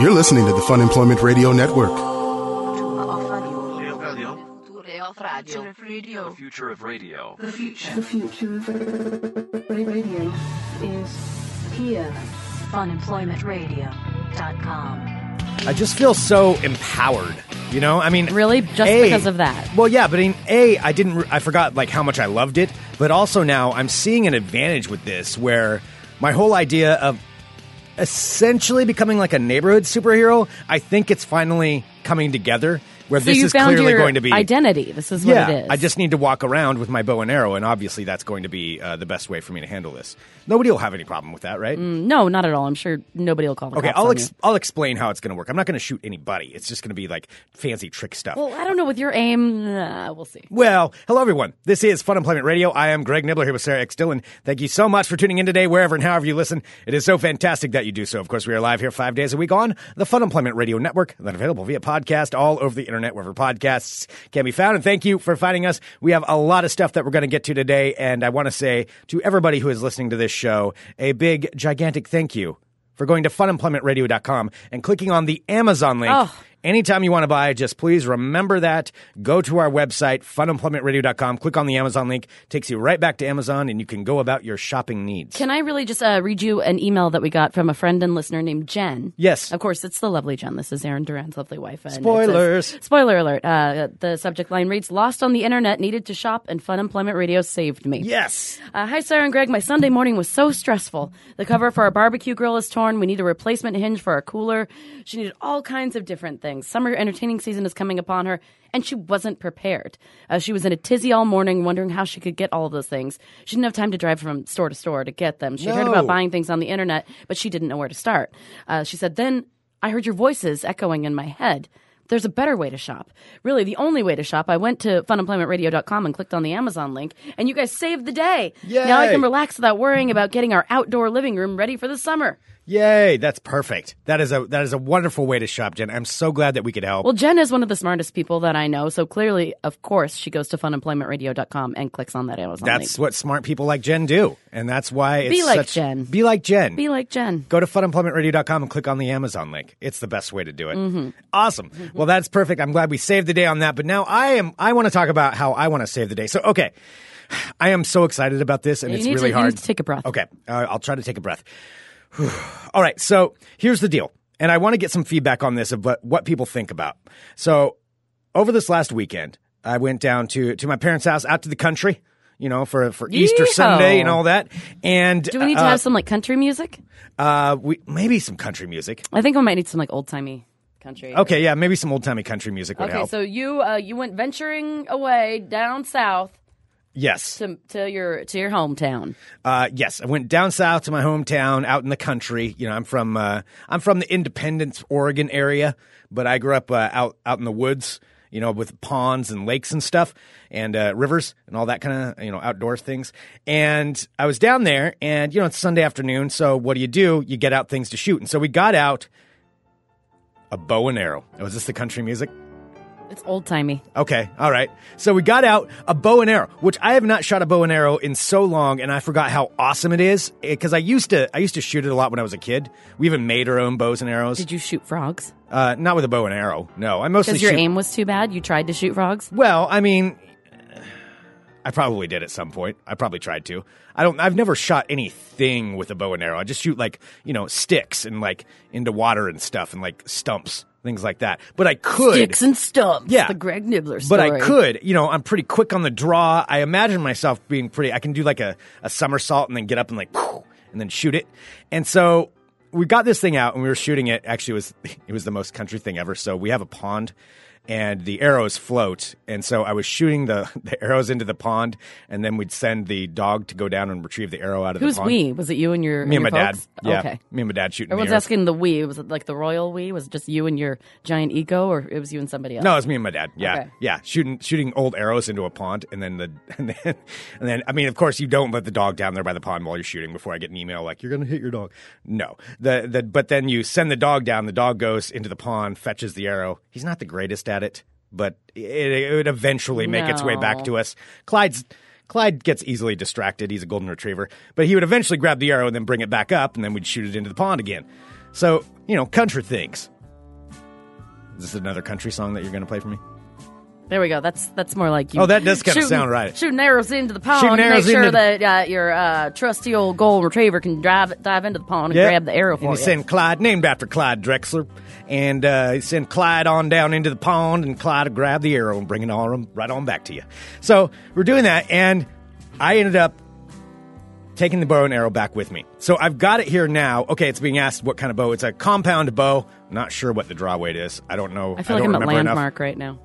You're listening to the Fun Employment Radio Network. Future of radio. Future of radio. The future. The future of radio is here. Funemploymentradio.com. I just feel so empowered. You know, I mean, Really? Just A- because of that? Well, yeah, but I mean, a I didn't re- I forgot like how much I loved it, but also now I'm seeing an advantage with this where my whole idea of essentially becoming like a neighborhood superhero, I think it's finally coming together where So this you is found clearly your going to be identity. This is yeah, what it is. I just need to walk around with my bow and arrow, and obviously that's going to be uh, the best way for me to handle this. Nobody will have any problem with that, right? no, not at all. I'm sure nobody will call. The Okay, cops I'll on ex- you. I'll explain how it's going to work. I'm not going to shoot anybody. It's just going to be like fancy trick stuff. Well, I don't know with your aim. Uh, we'll see. Well, hello everyone. This is Fun Employment Radio. I am Greg Nibbler here with Sarah X. Dillon. Thank you so much for tuning in today, wherever and however you listen. It is so fantastic that you do so. Of course, we are live here five days a week on the Fun Employment Radio Network, and then available via podcast all over the internet, wherever podcasts can be found. And thank you for finding us. We have a lot of stuff that we're going to get to today, and I want to say to everybody who is listening to this show a big, gigantic thank you for going to funemploymentradio.com and clicking on the Amazon link. Oh. Anytime you want to buy, just please remember that. Go to our website, funemploymentradio.com, click on the Amazon link, takes you right back to Amazon, and you can go about your shopping needs. Can I really just uh, read you an email that we got from a friend and listener named Jen? Yes. Of course, it's the lovely Jen. This is Aaron Duran's lovely wife. and it says- Spoilers. spoiler alert. Uh, the subject line reads Lost on the internet, needed to shop, and Fun Employment Radio saved me. yes. Uh, hi, Sarah and Greg. My Sunday morning was so stressful. The cover for our barbecue grill is torn. We need a replacement hinge for our cooler. She needed all kinds of different things. Summer entertaining season is coming upon her, and she wasn't prepared. Uh, she was in a tizzy all morning, wondering how she could get all of those things. She didn't have time to drive from store to store to get them. She had heard No. about buying things on the internet, but she didn't know where to start. Uh, she said, Then I heard your voices echoing in my head. There's a better way to shop. Really, the only way to shop. I went to funemploymentradio.com and clicked on the Amazon link, and you guys saved the day. Now I Yay. can relax without worrying about getting our outdoor living room ready for the summer. Yay, that's perfect. That is a that is a wonderful way to shop, Jen. I'm so glad that we could help. Well, Jen is one of the smartest people that I know, so clearly, of course, she goes to funemploymentradio.com and clicks on that Amazon that's link. what smart people like Jen do. And that's why it's Be like such- Jen. Be like Jen. Be like Jen. go to funemploymentradio.com and click on the Amazon link. It's the best way to do it. Mm-hmm. Awesome. Well, that's perfect. I'm glad we saved the day on that. But now I am I want to talk about how I want to save the day. So, okay. I am so excited about this and You it's need to- really you hard. need to take a breath. Okay. Uh, I'll try to take a breath. Whew. All right. So, here's the deal. And I want to get some feedback on this of what, what people think about. So, over this last weekend, I went down to to my parents' house out to the country, you know, for for Easter Yeehaw. Sunday and all that. And Do we need to uh, have some like country music? uh, we maybe some country music. I think we might need some like old timey country. Okay, yeah, maybe some old timey country music would Okay, help. so you uh, you went venturing away down south yes, to to your to your hometown. uh, yes, I went down south to my hometown, out in the country. You know, I'm from uh, I'm from the Independence, Oregon area, but I grew up uh, out out in the woods. You know, with ponds and lakes and stuff, and uh, rivers and all that kind of you know outdoor things. And I was down there, and you know it's Sunday afternoon, so what do you do? You get out things to shoot, and so we got out a bow and arrow. Was this the country music? It's old timey. Okay, all right. So we got out a bow and arrow, which I have not shot a bow and arrow in so long, and I forgot how awesome it is because I used to I used to shoot it a lot when I was a kid. We even made our own bows and arrows. Did you shoot frogs? uh, not with a bow and arrow. No, I mostly Because your shoot. aim was too bad. You tried to shoot frogs. well, I mean, I probably did at some point. I probably tried to. I don't. I've never shot anything with a bow and arrow. I just shoot like you know sticks and like into water and stuff and like stumps things like that. But I could Sticks and stumps. Yeah. the Greg Nibbler but story. I could, you know, I'm pretty quick on the draw. I imagine myself being pretty. I can do like a, a somersault and then get up and like, poof, and then shoot it. And so we got this thing out and we were shooting it. Actually, it was it was the most country thing ever. So we have a pond. And the arrows float, and so I was shooting the, the arrows into the pond, and then we'd send the dog to go down and retrieve the arrow out of Who's the pond. we? Was it you and your Me and my and your dad. folks? Yeah, Okay. me and my dad shooting. the Everyone's arrows. asking the we. Was it like the royal we? Was it just you and your giant ego, or it was you and somebody else? No, it's me and my dad. Yeah, Okay. yeah, shooting shooting old arrows into a pond, and then the and then and then I mean, of course, you don't let the dog down there by the pond while you're shooting. Before I get an email like you're gonna hit your dog. No, the the but then you send the dog down. The dog goes into the pond, fetches the arrow. He's not the greatest at it, but it, it would eventually make its way back No. to us. Clyde's. Clyde gets easily distracted. He's a golden retriever, but he would eventually grab the arrow and then bring it back up, and then we'd shoot it into the pond again. So you know, country things. Is this another country song that you're going to play for me? There we go. That's that's more like you. Oh, that does kinda Shoot- sound right. Shoot narrows into the pond. Shoot to narrows make sure into the- that uh, your uh, trusty old golden retriever can drive dive into the pond and Yeah. grab the arrow for and you. He sent Clyde, named after Clyde Drexler, and uh, he sent Clyde on down into the pond, and Clyde would grab the arrow and bring it on right on back to you. So we're doing that, and I ended up taking the bow and arrow back with me. So I've got it here now. Okay, it's being asked what kind of bow. It's a compound bow. Not sure what the draw weight is. I don't know. I feel like don't I'm at remember enough. landmark right now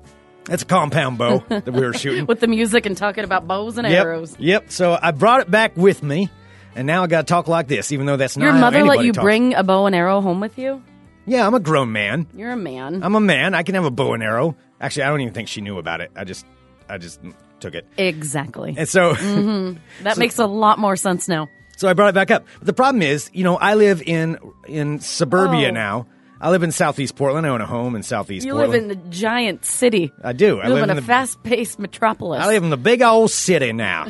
It's a compound bow that we were shooting. with the music and talking about bows and arrows. Yep. Yep. So I brought it back with me, and now I got to talk like this, even though that's Your not how mother let anybody you talks. bring a bow and arrow home with you. Yeah, I'm a grown man. You're a man. I'm a man. I can have a bow and arrow. Actually, I don't even think she knew about it. I just, I just took it. exactly. And so, That makes a lot more sense now. so I brought it back up. But the problem is, you know, I live in in suburbia Oh. now. I live in Southeast Portland. I own a home in Southeast You Portland. live in the giant city. I do. I You live, live in, in a the- fast-paced metropolis. I live in the big old city now.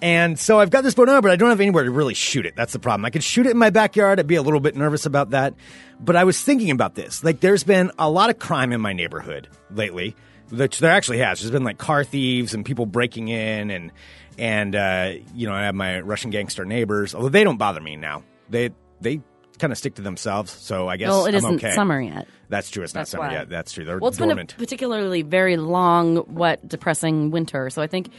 and so I've got this bow and arrow, but I don't have anywhere to really shoot it. That's the problem. I could shoot it in my backyard. I'd be a little bit nervous about that. But I was thinking about this. Like, there's been a lot of crime in my neighborhood lately, which there actually has. There's been like car thieves and people breaking in, and, and, uh, you know, I have my Russian gangster neighbors, although they don't bother me now. They, they, Kind of stick to themselves, so I guess well, it I'm not okay. summer yet. That's true. It's not That's summer why. yet. That's true. They're Well, it's dormant. been a particularly very long, what depressing winter. So I think,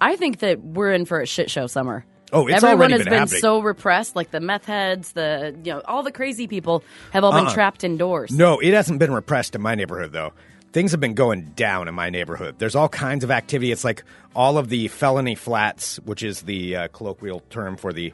I think that we're in for a shit show summer. Oh, it's everyone already has been been happening. so repressed. Like the meth heads, the you know, all the crazy people have all been trapped indoors. Uh-uh. No, it hasn't been repressed in my neighborhood though. Things have been going down in my neighborhood. There's all kinds of activity. It's like all of the felony flats, which is the uh, colloquial term for the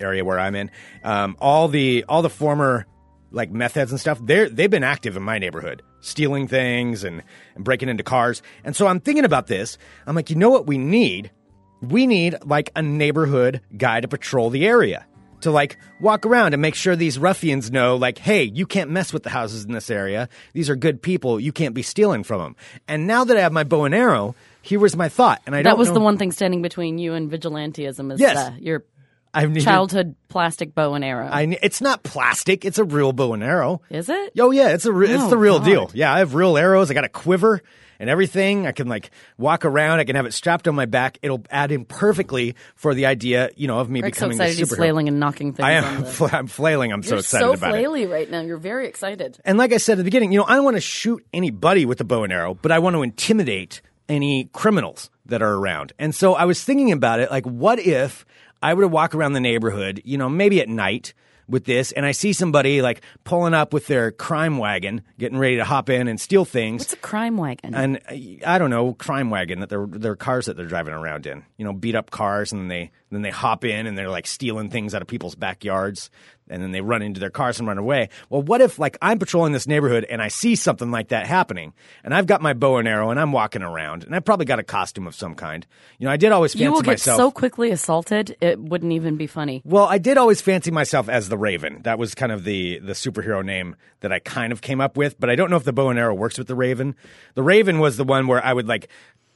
area where I'm in. Um, all the all the former like meth heads and stuff. They they've been active in my neighborhood, stealing things and, and breaking into cars. And so I'm thinking about this. I'm like, you know what we need? we need like a neighborhood guy to patrol the area to like walk around and make sure these ruffians know like hey you can't mess with the houses in this area these are good people you can't be stealing from them and now that i have my bow and arrow here was my thought and i that don't was know, the one thing standing between you and vigilantism is Yes. uh, your i've needed, childhood plastic bow and arrow. I, ne- it's not plastic it's a real bow and arrow is it? Oh yeah, it's a re- it's Oh, the real God. deal. Yeah, I have real arrows. I got a quiver and everything. I can like walk around. I can have it strapped on my back. It'll add in perfectly for the idea, you know, of me Rick's so becoming excited the he's superhero. flailing and knocking things. I on am. the- fla- I'm flailing. I'm so You're excited so about it. flaily right now. You're very excited. And like I said at the beginning, you know, I don't want to shoot anybody with a bow and arrow, but I want to intimidate any criminals that are around. And so I was thinking about it, like, what if I were to walk around the neighborhood, you know, maybe at night with this, and I see somebody like pulling up with their crime wagon, getting ready to hop in and steal things. It's a crime wagon. and uh, I don't know crime wagon that their their cars that they're driving around in. You know, beat up cars, and then they then they hop in and they're like stealing things out of people's backyards, and then they run into their cars and run away. Well, what if like I'm patrolling this neighborhood and I see something like that happening, and I've got my bow and arrow and I'm walking around, and I probably got a costume of some kind. You know, I did always fancy you will get myself. so quickly assaulted, it wouldn't even be funny. Well, I did always fancy myself as the Raven. That was kind of the the superhero name that I kind of came up with, but I don't know if the bow and arrow works with the Raven. The Raven was the one where I would like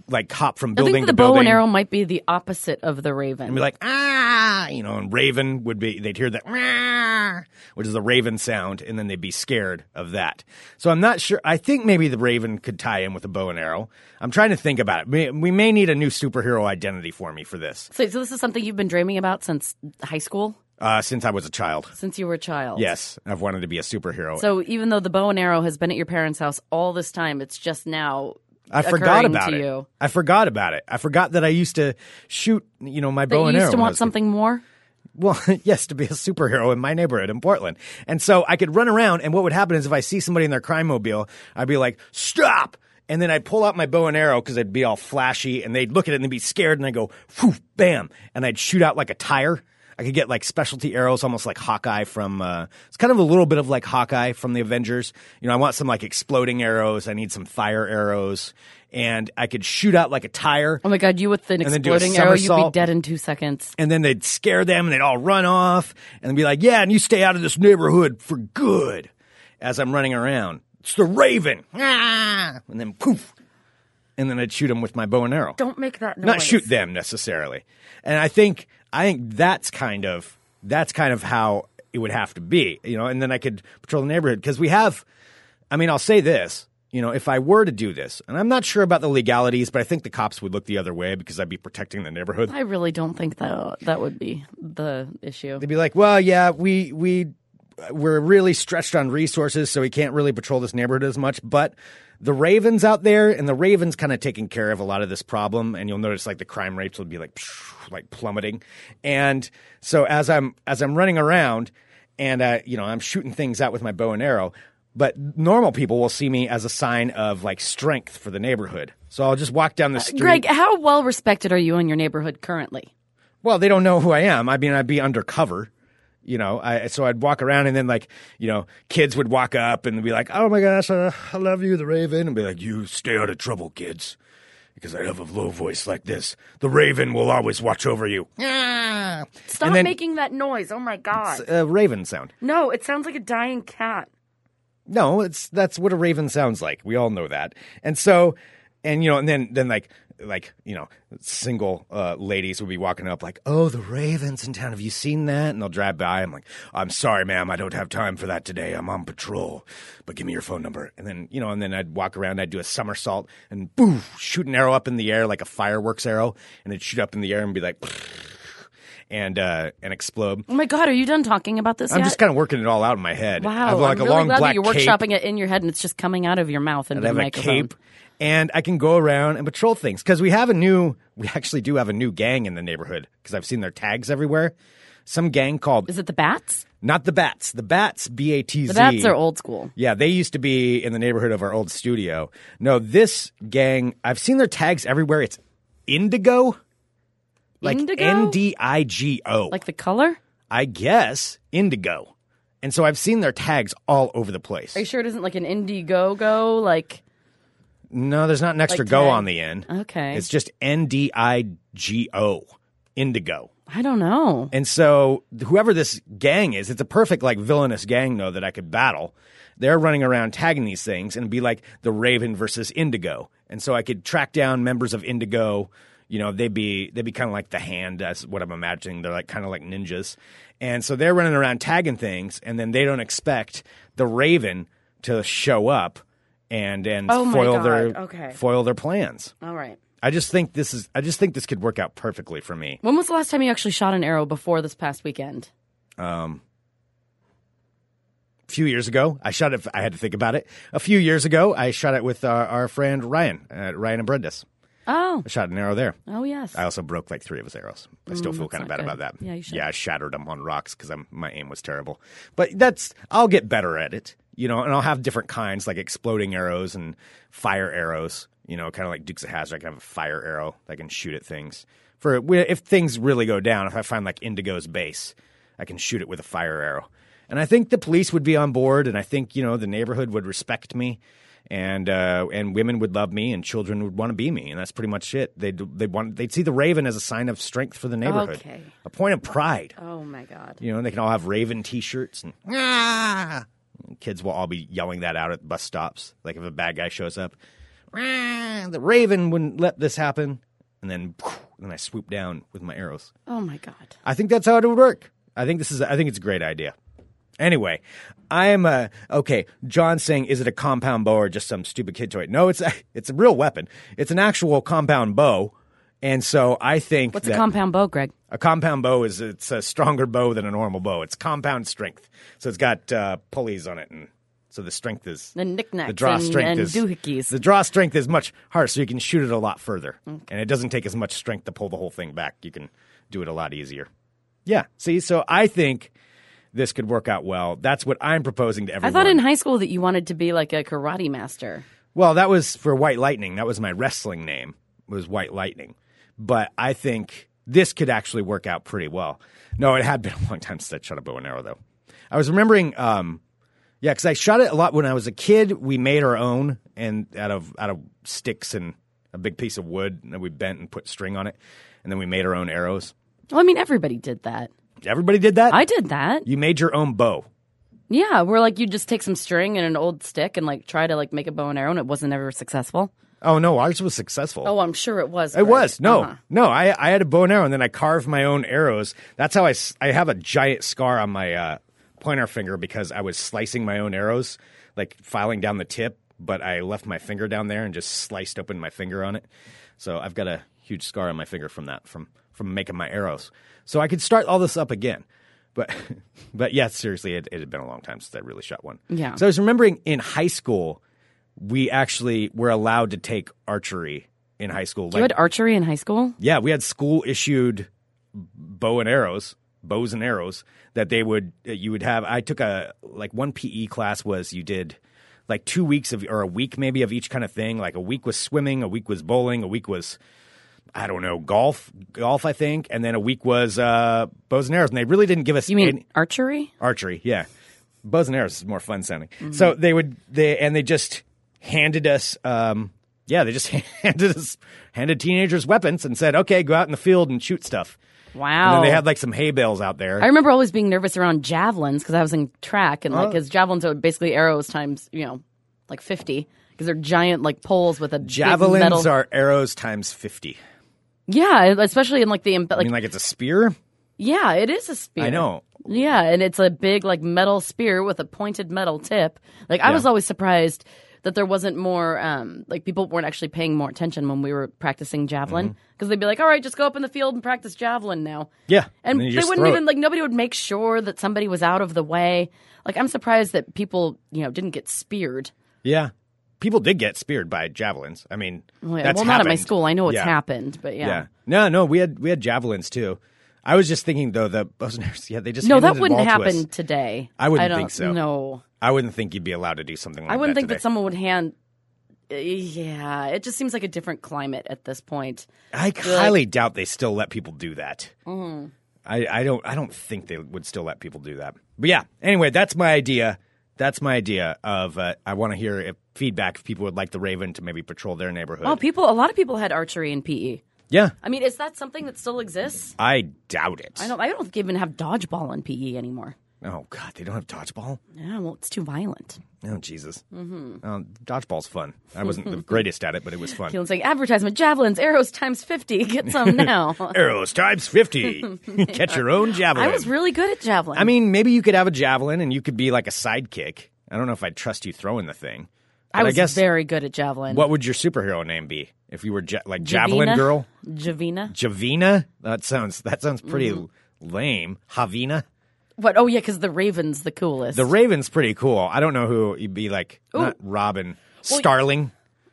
like hop from I building think that the to bow building and arrow might be the opposite of the raven. and be like ah, you know, and Raven would be they'd hear that "Rah," which is the Raven sound, and then they'd be scared of that. So I'm not sure. I think maybe the Raven could tie in with the bow and arrow. I'm trying to think about it. We, we may need a new superhero identity for me for this so, so this is something you've been dreaming about since high school, uh, since I was a child. since you were a child. Yes, I've wanted to be a superhero. So even though the bow and arrow has been at your parents' house all this time, it's just now I occurring forgot about to it. you. I forgot about it. I forgot that I used to shoot, you know, my that bow you and arrow. used to when I want was- something more. Well, yes, to be a superhero in my neighborhood in Portland. And so I could run around, and what would happen is if I see somebody in their crime mobile, I'd be like, stop! And then I'd pull out my bow and arrow because I'd be all flashy, and they'd look at it and they'd be scared, and I'd go, phew, bam! And I'd shoot out like a tire. I could get like specialty arrows, almost like Hawkeye from. Uh, it's kind of a little bit of like Hawkeye from the Avengers. You know, I want some like exploding arrows. I need some fire arrows, and I could shoot out like a tire. Oh my god, you with an then do a exploding arrow, you'd be somersault. dead in two seconds. and then they'd scare them and they'd all run off and be like, yeah, and you stay out of this neighborhood for good as I'm running around. It's the raven. Ah! And then poof. And then I'd shoot them with my bow and arrow. Don't make that noise. Not shoot them necessarily. And I think I think that's kind of that's kind of how it would have to be, you know, and then I could patrol the neighborhood because we have. I mean, I'll say this. You know, if I were to do this, and I'm not sure about the legalities, but I think the cops would look the other way because I'd be protecting the neighborhood. I really don't think that that would be the issue. They'd be like, "Well, yeah, we we we're really stretched on resources, so we can't really patrol this neighborhood as much." But the Ravens out there, and the Ravens kind of taking care of a lot of this problem, and you'll notice like the crime rates will be like psh, like plummeting. And so as I'm as I'm running around, and uh, you know I'm shooting things out with my bow and arrow. But normal people will see me as a sign of like strength for the neighborhood. So I'll just walk down the street. Uh, Greg, how well respected are you in your neighborhood currently? Well, they don't know who I am. I mean, I'd be undercover, you know. I so I'd walk around, and then like you know, kids would walk up and be like, "Oh my gosh, uh, I love you, the Raven," and be like, "You stay out of trouble, kids." Because I have a low voice like this, the Raven will always watch over you. Ah. Stop And then- making that noise. Oh my god. A raven sound? no, it sounds like a dying cat. No, it's that's what a raven sounds like. We all know that. And so, and you know, and then then like like you know, single uh, ladies would be walking up like, "Oh, the Ravens in town. Have you seen that?" And they'll drive by. I'm like, "I'm sorry, ma'am, I don't have time for that today. I'm on patrol. But give me your phone number." And then you know, and then I'd walk around. I'd do a somersault and boo, shoot an arrow up in the air like a fireworks arrow, and it'd shoot up in the air and be like, and uh, and explode. Oh my god, are you done talking about this I'm yet? just kind of working it all out in my head. I Wow, have like I'm a really long glad that black you're cape. workshopping it in your head and it's just coming out of your mouth into I the have a microphone. cape, and I can go around and patrol things because we have a new. We actually do have a new gang in the neighborhood because I've seen their tags everywhere. Some gang called Is it the bats? not the Bats, the Bats, B A T Z. The bats are old school. Yeah, they used to be in the neighborhood of our old studio. No, this gang, I've seen their tags everywhere. It's Indigo, like Indigo? N D I G O. Like the color? I guess Indigo, and so I've seen their tags all over the place. Are you sure it isn't like an Indiegogo? Like No, there's not an extra Like go tag? Uh-huh. on the end. Okay. It's just N D I G O, Indigo. I don't know. And so whoever this gang is, it's a perfect like villainous gang though that I could battle. They're running around tagging these things and it'd be like the Raven versus Indigo. And so I could track down members of Indigo. You know, they'd be they'd be kind of like the hand. That's what I'm imagining. They're like kind of like ninjas. And so they're running around tagging things, and then they don't expect the Raven to show up and and Oh my foil God. their Okay. foil their plans. All right. I just think this is I just think this could work out perfectly for me. When was the last time you actually shot an arrow before this past weekend? A few years ago, I shot it. I had to think about it. A few years ago, I shot it with our, our friend Ryan, uh, Ryan and Brendis. Oh, I shot an arrow there. oh yes. I also broke like three of his arrows. I still feel kind of Mm, not bad good. about that. Yeah, you should. Yeah, I shattered them on rocks because my aim was terrible. But that's I'll get better at it, you know, and I'll have different kinds like exploding arrows and fire arrows, you know, kind of like Dukes of Hazard. I can have a fire arrow that can shoot at things. For if things really go down, if I find like Indigo's base, I can shoot it with a fire arrow. And I think the police would be on board, and I think you know the neighborhood would respect me, and uh, and women would love me, and children would want to be me, and that's pretty much it. They they want they'd see the raven as a sign of strength for the neighborhood, Okay. a point of pride. oh my god. You know, and they can all have raven T-shirts, and, "Ah!" And kids will all be yelling that out at bus stops. Like if a bad guy shows up, "Ah, the raven wouldn't let this happen, and then and then I swoop down with my arrows. Oh my god. I think that's how it would work. I think this is. I think it's a great idea. Anyway, I am a okay. John saying, "Is it a compound bow or just some stupid kid toy?" No, it's a, it's a real weapon. It's an actual compound bow, and so I think What's that a compound bow, Greg? a compound bow is it's a stronger bow than a normal bow. It's compound strength, so it's got uh, pulleys on it, and so the strength is The knickknacks the draw and- strength and is doohickeys. the draw strength is much harder, so you can shoot it a lot further, and it doesn't take as much strength to pull the whole thing back. You can do it a lot easier. Yeah, see, so I think this could work out well. That's what I'm proposing to I everyone. thought in high school that you wanted to be like a karate master. well, that was for White Lightning. That was my wrestling name. Was White Lightning, but I think this could actually work out pretty well. No, it had been a long time since I shot a bow and arrow, though. I was remembering. Um, Yeah, because I shot it a lot when I was a kid. We made our own and out of out of sticks and a big piece of wood, and then we bent and put string on it, and then we made our own arrows. Well, I mean, everybody did that. Everybody did that. I did that. you made your own bow. Yeah, where like you just take some string and an old stick and like try to like make a bow and arrow, and it wasn't ever successful. Oh no, ours was successful. Oh, I'm sure it was. it Greg. was no, Uh-huh. no. I I had a bow and arrow, and then I carved my own arrows. That's how I s- I have a giant scar on my uh, pointer finger because I was slicing my own arrows, like filing down the tip, but I left my finger down there and just sliced open my finger on it. So I've got a huge scar on my finger from that, from from making my arrows. So I could start all this up again. But but yeah, seriously, it, it had been a long time since I really shot one. Yeah. So I was remembering in high school, we actually were allowed to take archery in high school. You had archery in high school? Yeah, we had school issued bow and arrows, bows and arrows that they would that you would have. I took a like one PE class was you did like two weeks of or a week maybe of each kind of thing. Like a week was swimming, a week was bowling, a week was I don't know golf, golf I think, and then a week was uh, bows and arrows. And they really didn't give us You mean any, archery? archery yeah bows and arrows is more fun sounding so they would they and they just handed us um yeah they just handed us handed teenagers weapons and said okay go out in the field and shoot stuff and Wow. then they had like some hay bales out there I remember always being nervous around javelins because I was in track and like Uh. because javelins are basically arrows times you know like fifty because they're giant like poles with a big javelins metal. are arrows times 50 yeah, especially in like the embe- i like, mean like it's a spear yeah, it is a spear. i know Yeah, and it's a big like metal spear with a pointed metal tip. Like I was always surprised that there wasn't more um like people weren't actually paying more attention when we were practicing javelin Mm-hmm. because they'd be like, "All right, just go up in the field and practice javelin now." yeah And, then you they just wouldn't throw even it. like nobody would make sure that somebody was out of the way. Like I'm surprised that people, you know, didn't get speared. yeah people did get speared by javelins i mean Well, Oh, yeah, that's well, not at my happened. school. I know it's Yeah. happened, but yeah. yeah no no we had we had javelins too i was just thinking though the bows and arrows yeah they just No, handed that the wouldn't ball to us. happen today. I wouldn't I don't, think so. No, I wouldn't think you'd be allowed to do something like I wouldn't that think today. that someone would hand. Uh, Yeah, it just seems like a different climate at this point. I highly doubt they still let people do that. Mm-hmm. I, I don't I don't think they would still let people do that. But yeah, anyway, that's my idea. That's my idea of uh, I want to hear if feedback if people would like the Raven to maybe patrol their neighborhood. Oh, people! A lot of people had archery in PE. yeah, I mean, is that something that still exists? I doubt it. I don't. I don't even have dodgeball in PE anymore. Oh God, they don't have dodgeball. Yeah, well, it's too violent. Oh Jesus, mm-hmm. um, dodgeball's fun. I wasn't the greatest at it, but it was fun. Keelan's like advertisement javelins, arrows times fifty. Get some now. Arrows times fifty. Catch your own javelin. I was really good at javelin. I mean, maybe you could have a javelin and you could be like a sidekick. I don't know if I'd trust you throwing the thing. I But was guess very good at javelin. what would your superhero name be if you were ja- like Javelin Javina? Girl? Javina? Javina? That sounds that sounds pretty Mm-hmm. lame. Javina? What? Oh yeah, because the Raven's the coolest. The Raven's pretty cool. I don't know who you'd be like. Not Robin. Starling.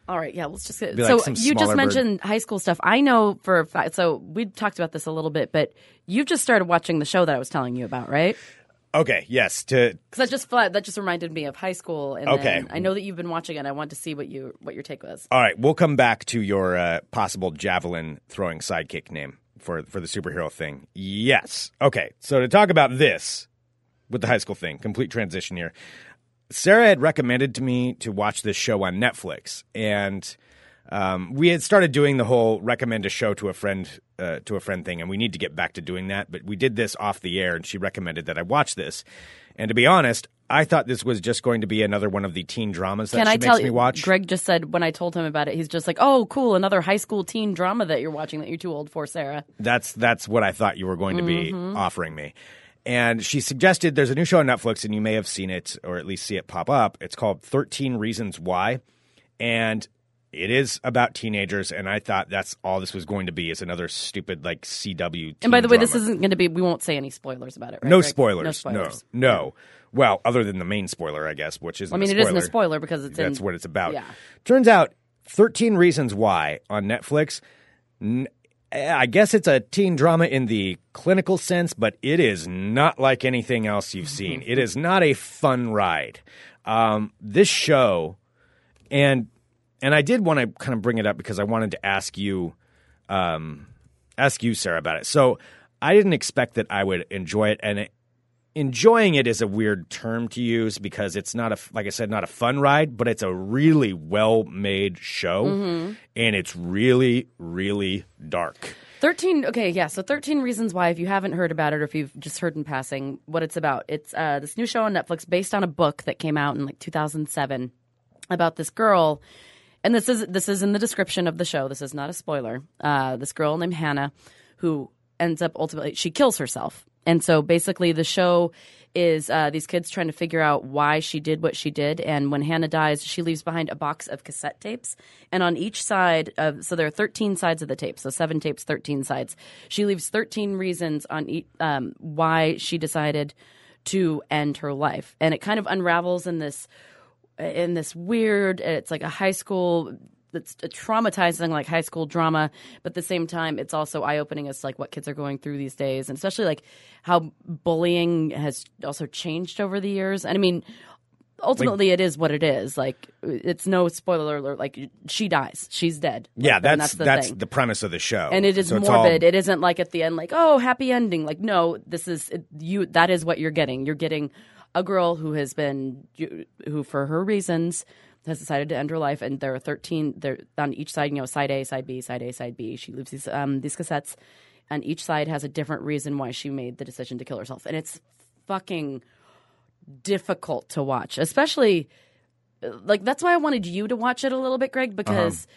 All right, yeah, let's just get. Be like so some you smaller just bird. mentioned high school stuff. I know for a fact. So we talked about this a little bit, but you've just started watching the show that I was telling you about, right? Okay, yes. To Because that just fla- that just reminded me of high school. And Okay. then I know that you've been watching it. I want to see what you what your take was. All right, we'll come back to your uh, possible javelin throwing sidekick name for for the superhero thing. Yes. Okay. So to talk about this with the high school thing, complete transition here. Sarah had recommended to me to watch this show on Netflix, and um, we had started doing the whole recommend a show to a friend uh, to a friend thing, and we need to get back to doing that. But we did this off the air, and she recommended that I watch this. And to be honest, I thought this was just going to be another one of the teen dramas that Can she I makes tell me you? watch. Greg just said when I told him about it, he's just like, "Oh, cool, another high school teen drama that you're watching that you're too old for, Sarah." That's that's what I thought you were going to be Mm-hmm. offering me. And she suggested there's a new show on Netflix, and you may have seen it or at least see it pop up. It's called 13 Reasons Why. And it is about teenagers. And I thought that's all this was going to be is another stupid, like, CW. teen And by the way, this drama. isn't going to be. We won't say any spoilers about it. Right? no Greg? spoilers. No spoilers. No. No. Well, other than the main spoiler, I guess, which is I mean, it isn't a spoiler because it's that's in. what it's about. yeah. Turns out, 13 Reasons Why on Netflix. N- I guess it's a teen drama in the clinical sense, but it is not like anything else you've seen. it is not a fun ride. Um, this show, and and I did want to kind of bring it up because I wanted to ask you, um, ask you, Sarah, about it. So I didn't expect that I would enjoy it, and it, enjoying it is a weird term to use because it's not a like I said not a fun ride, but it's a really well made show, Mm-hmm. and it's really really dark. 13 okay yeah so 13 reasons why if you haven't heard about it or if you've just heard in passing what it's about it's uh, this new show on netflix based on a book that came out in like 2007 about this girl and this is this is in the description of the show this is not a spoiler uh, this girl named hannah who ends up ultimately she kills herself and so basically the show is uh, these kids trying to figure out why she did what she did. And when Hannah dies, she leaves behind a box of cassette tapes. And on each side, of, so there are 13 sides of the tape, so seven tapes, 13 sides. She leaves 13 reasons on each, um, why she decided to end her life. And it kind of unravels in this in this weird it's like a high school that's a traumatizing like high school drama but at the same time it's also eye-opening as to like what kids are going through these days and especially like how bullying has also changed over the years and i mean ultimately it is what it is like it's no spoiler alert like she dies she's dead Like, yeah, and that's that's the the, thing premise of the show, and it is So it's all- morbid. It isn't like at the end, like oh, happy ending. Like no, this is it, you. That is what you're getting. You're getting a girl who has been you- who, for her reasons, has decided to end her life. And there are thirteen. There on each side, you know, side A, side B, side A, side B. She leaves these um, these cassettes, and each side has a different reason why she made the decision to kill herself. And it's fucking difficult to watch, especially like that's why I wanted you to watch it a little bit, Greg, because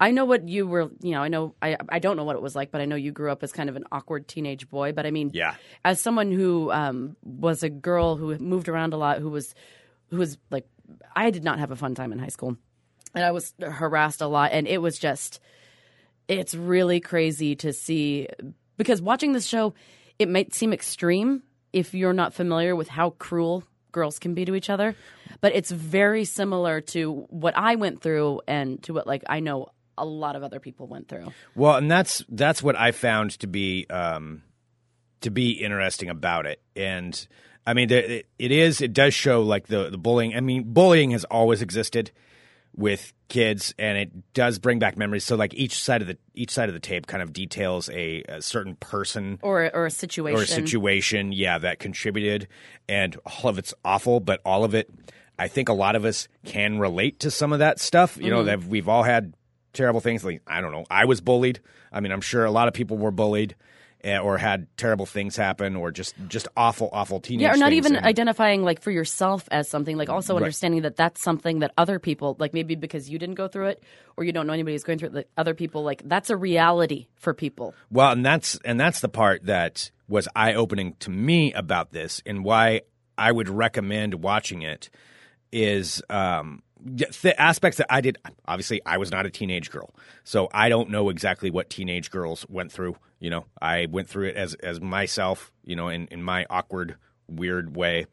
I know what you were. You know, I know I I don't know what it was like, but I know you grew up as kind of an awkward teenage boy. But I mean, Yeah. as someone who um, was a girl who moved around a lot, who was who was like, I did not have a fun time in high school, and I was harassed a lot, and it was just it's really crazy to see because watching this show, it might seem extreme if you're not familiar with how cruel girls can be to each other, but it's very similar to what I went through and to what like I know a lot of other people went through. Well, and that's that's what I found to be um, to be interesting about it. And I mean, there, it, it is it does show like the the bullying. I mean, bullying has always existed with kids, and it does bring back memories. So like each side of the each side of the tape kind of details a, a certain person Or or a situation. or a situation, yeah, that contributed, and all of it's awful, but all of it, I think a lot of us can relate to some of that stuff. You know, Mm-hmm. that we've all had terrible things. Like I don't know, I was bullied. I mean, I'm sure a lot of people were bullied, eh, or had terrible things happen, or just just awful, awful teenage. yeah, or not things. even And- identifying like for yourself as something, like also understanding that that's something that other people, like maybe because you didn't go through it or you don't know anybody who's going through it, like other people, like that's a reality for people. Well, and that's and that's the part that was eye opening to me about this, and why I would recommend watching it is um, the aspects that I did. Obviously, I was not a teenage girl, so I don't know exactly what teenage girls went through. You know, I went through it as as myself. You know, in in my awkward, weird way,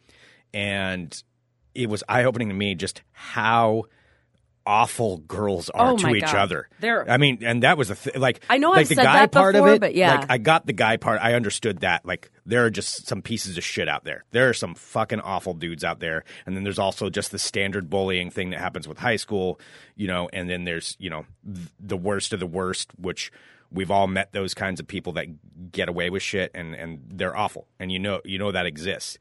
and it was eye opening to me just how awful girls are Oh, to my each God. other. They're- I mean, and that was a th- like I know like I've the said guy that part before, of it, but yeah. like I got the guy part. I understood that. Like there are just some pieces of shit out there. There are some fucking awful dudes out there, and then there's also just the standard bullying thing that happens with high school, you know. And then there's you know th- the worst of the worst, which we've all met those kinds of people that get away with shit, and and they're awful, and you know you know that exists.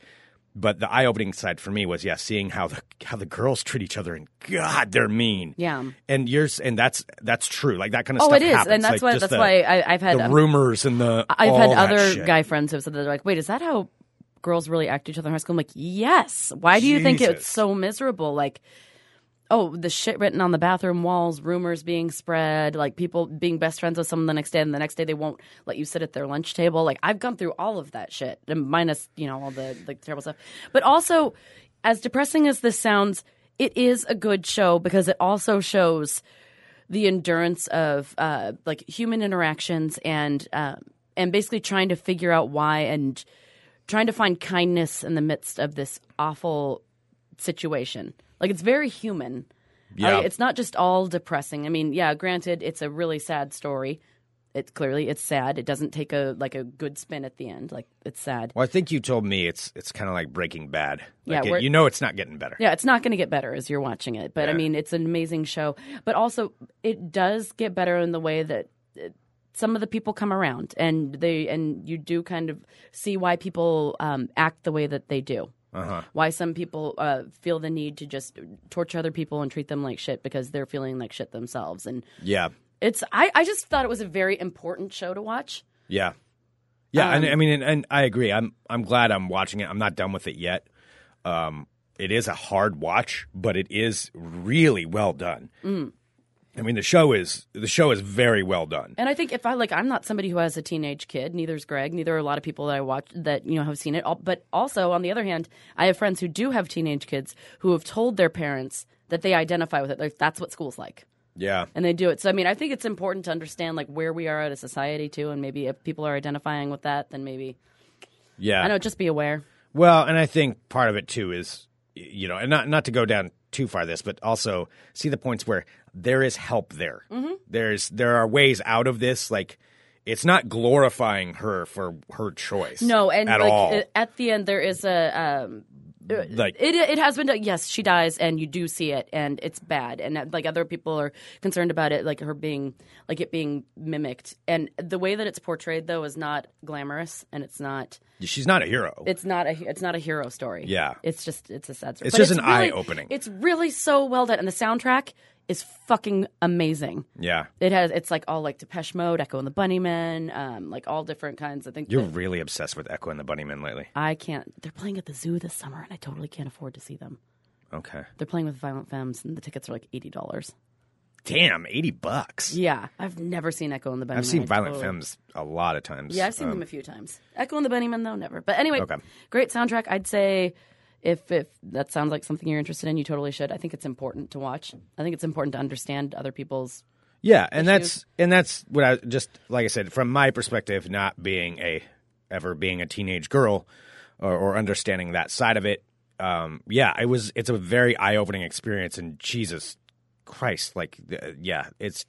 But the eye-opening side for me was, yeah, seeing how the how the girls treat each other, and God, they're mean. Yeah. and yours, and that's that's true. Like that kind of Oh, stuff it is, happens. and that's Like, why just that's the- why I, I've had the um, rumors and the I've all had that other shit. guy friends who have said that they're like, wait, is that how girls really act to each other in high school? I'm like, yes. Why do you think it's Jesus. so miserable? Like, oh, the shit written on the bathroom walls, rumors being spread, like people being best friends with someone the next day, and the next day they won't let you sit at their lunch table. Like, I've gone through all of that shit, and minus, you know, all the like terrible stuff. But also, as depressing as this sounds, it is a good show because it also shows the endurance of uh, like human interactions and um, and basically trying to figure out why and trying to find kindness in the midst of this awful situation. Like it's very human. Yeah. Like, it's not just all depressing. I mean, yeah, granted, it's a really sad story. It clearly it's sad. It doesn't take a like a good spin at the end. Like it's sad. Well, I think you told me it's it's kind of like Breaking Bad. Yeah, Like it- we're- you know it's not getting better. Yeah, it's not going to get better as you're watching it, but I Yeah. mean, it's an amazing show. But also, it does get better in the way that uh, some of the people come around, and they and you do kind of see why people um, act the way that they do. Uh-huh. Why some people uh, feel the need to just torture other people and treat them like shit because they're feeling like shit themselves, and Yeah, it's I, I just thought it was a very important show to watch. yeah, yeah. Um, and I mean, and, and I agree. I'm I'm glad I'm watching it. I'm not done with it yet. Mm. Um, it is a hard watch, but it is really well done. I mean, the show is the show is very well done. And I think if I like, I'm not somebody who has a teenage kid. Neither is Greg. Neither are a lot of people that I watch that you know have seen it. Al- But also, on the other hand, I have friends who do have teenage kids who have told their parents that they identify with it. Like, that's what school's like, Yeah, and they do it. So I mean, I think it's important to understand like where we are at a society too, and maybe if people are identifying with that, then maybe yeah. I know just be aware. Well, and I think part of it too is y- you know, and not not to go down too far this, but also see the points where there is help there. Mm-hmm. There's there are ways out of this. Like it's not glorifying her for her choice. No, and at like all. uh, at the end there is a um, like it it has been done. Yes, she dies, and you do see it, and it's bad. And uh, like other people are concerned about it, like her being like it being mimicked, and the way that it's portrayed though is not glamorous, and it's not she's not a hero. it's not a it's not a hero story. Yeah. it's just it's a sad story. It's But just an really- eye-opening. It's really so well done, and the soundtrack is fucking amazing. yeah, It has it's like all like Depeche Mode, Echo and the Bunnymen, um, like all different kinds. I think you're really obsessed with Echo and the Bunnymen lately. I can't. They're playing at the zoo this summer, and I totally can't afford to see them. Okay, They're playing with Violent Femmes, and the tickets are like eighty dollars. damn, eighty bucks. Yeah, I've never seen Echo and the Bunnymen. I've seen I Violent totally- Femmes a lot of times. Yeah, I've seen Um, them a few times. Echo and the Bunnymen, though, never. But anyway, Okay. great soundtrack. I'd say if if that sounds like something you're interested in, you totally should. I think it's important to watch. I think it's important to understand other people's. Yeah, and that's and that's what I just like I said from my perspective, not being a ever being a teenage girl or, or understanding that side of it. Um, yeah, it was. It's a very eye opening experience, and Jesus Christ, like th- yeah, it's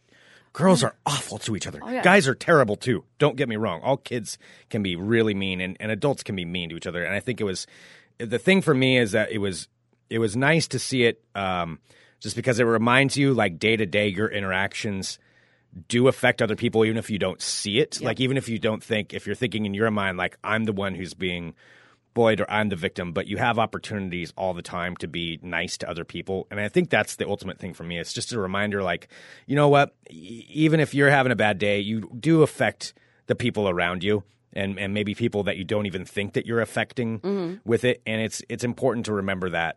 girls are awful to each other. yeah. Guys are terrible too. Don't get me wrong. All kids can be really mean, and, and adults can be mean to each other. And I think it was the thing for me is that it was it was nice to see it. Um, just because it reminds you, like day to day, your interactions do affect other people even if you don't see it like even if you don't think if you're thinking in your mind like i'm the one who's being bullied or i'm the victim but you have opportunities all the time to be nice to other people and i think that's the ultimate thing for me it's just a reminder like you know what E- even if you're having a bad day you do affect the people around you and and maybe people that you don't even think that you're affecting with it and it's it's important to remember that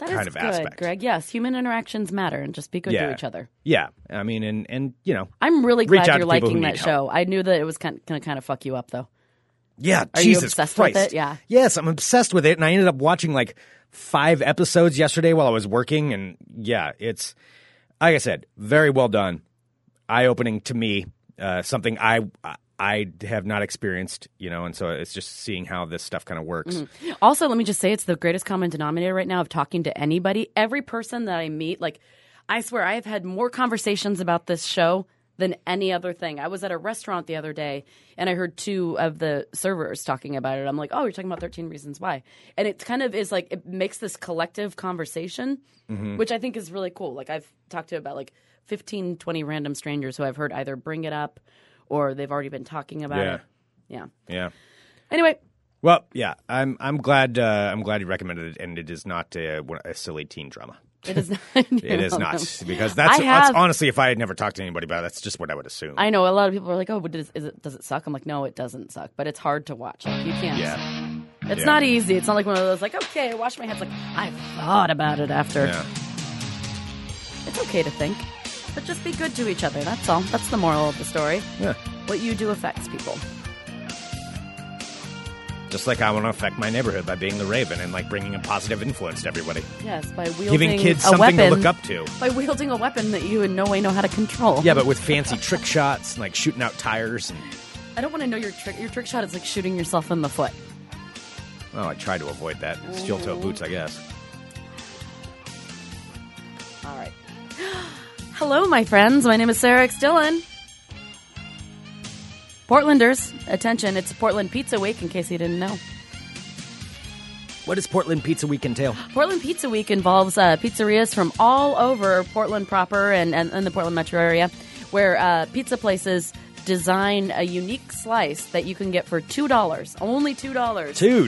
That is Kind of good, aspect. Greg. Yes, human interactions matter, and just be good Yeah. to each other. yeah i mean and and you know I'm really Reach glad out you're to people who liking that need help. show. I knew that it was kind going to kind of fuck you up though. Yeah, Are you Jesus obsessed with Christ. it? Yeah. Yes, I'm obsessed with it, and I ended up watching like five episodes yesterday while I was working, and yeah, it's like I said, very well done, eye opening to me. Uh, something I I have not experienced, you know, and so it's just seeing how this stuff kind of works. Also, let me just say it's the greatest common denominator right now of talking to anybody. Every person that I meet, like, I swear I have had more conversations about this show than any other thing. I was at a restaurant the other day and I heard two of the servers talking about it. I'm like, oh, you're talking about 13 Reasons Why. And it kind of is like, it makes this collective conversation, Mm-hmm. which I think is really cool. Like, I've talked to about like 15, 20 random strangers who I've heard either bring it up or they've already been talking about Yeah. it. Yeah. Yeah. Anyway, Well, yeah, I'm I'm glad uh, I'm glad you recommended it, and it is not a, a silly teen drama. it is not. It is not because that's, that's have- honestly, if I had never talked to anybody about it, that's just what I would assume. I know a lot of people are like, "Oh, but does, is it, does it suck?" I'm like, "No, it doesn't suck, but it's hard to watch. Like, you can't. yeah, It's Yeah. not easy. It's not like one of those like, okay, I wash my hands. Like I thought about it after. yeah. It's okay to think, but just be good to each other. That's all. That's the moral of the story. Yeah. What you do affects people. Just like I want to affect my neighborhood by being the Raven and like bringing a positive influence to everybody, Yes, by wielding giving kids a weapon, something to look up to. By wielding a weapon that you in no way know how to control. Yeah, but with fancy trick shots and like shooting out tires. And I don't want to know your trick. Your trick shot is like shooting yourself in the foot. well, I try to avoid that. Steel toe boots, I guess. All right. Hello, my friends. My name is Sarah X. Dillon. Portlanders, attention, it's Portland Pizza Week, in case you didn't know. What does Portland Pizza Week entail? Portland Pizza Week involves uh, pizzerias from all over Portland proper and, and, and the Portland metro area, where uh, pizza places design a unique slice that you can get for $2, only $2. Two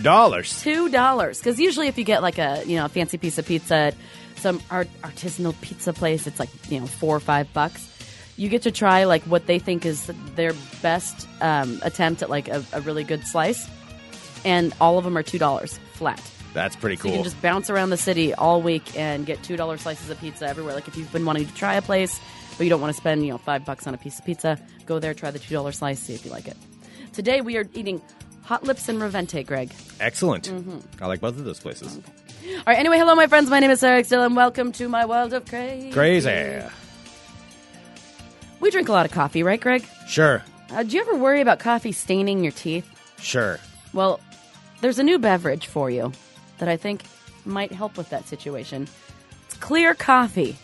dollars. two dollars. Because usually, if you get like a you know a fancy piece of pizza at some art- artisanal pizza place, it's like you know four or five bucks. You get to try like what they think is their best um, attempt at like a, a really good slice, and all of them are two dollars flat. That's pretty You cool. can just bounce around the city all week and get two dollar slices of pizza everywhere. Like if you've been wanting to try a place, but you don't want to spend, you know, five bucks on a piece of pizza. Go there, try the $2 slice, see if you like it. Today we are eating hot lips and Revente, Greg. Excellent. Mm-hmm. I like both of those places. All right, anyway, hello, my friends. My name is Sarah Still, and welcome to my world of crazy. Crazy. We drink a lot of coffee, right, Greg? Sure. Uh, do you ever worry about coffee staining your teeth? Sure. Well, there's a new beverage for you that I think might help with that situation. It's clear coffee.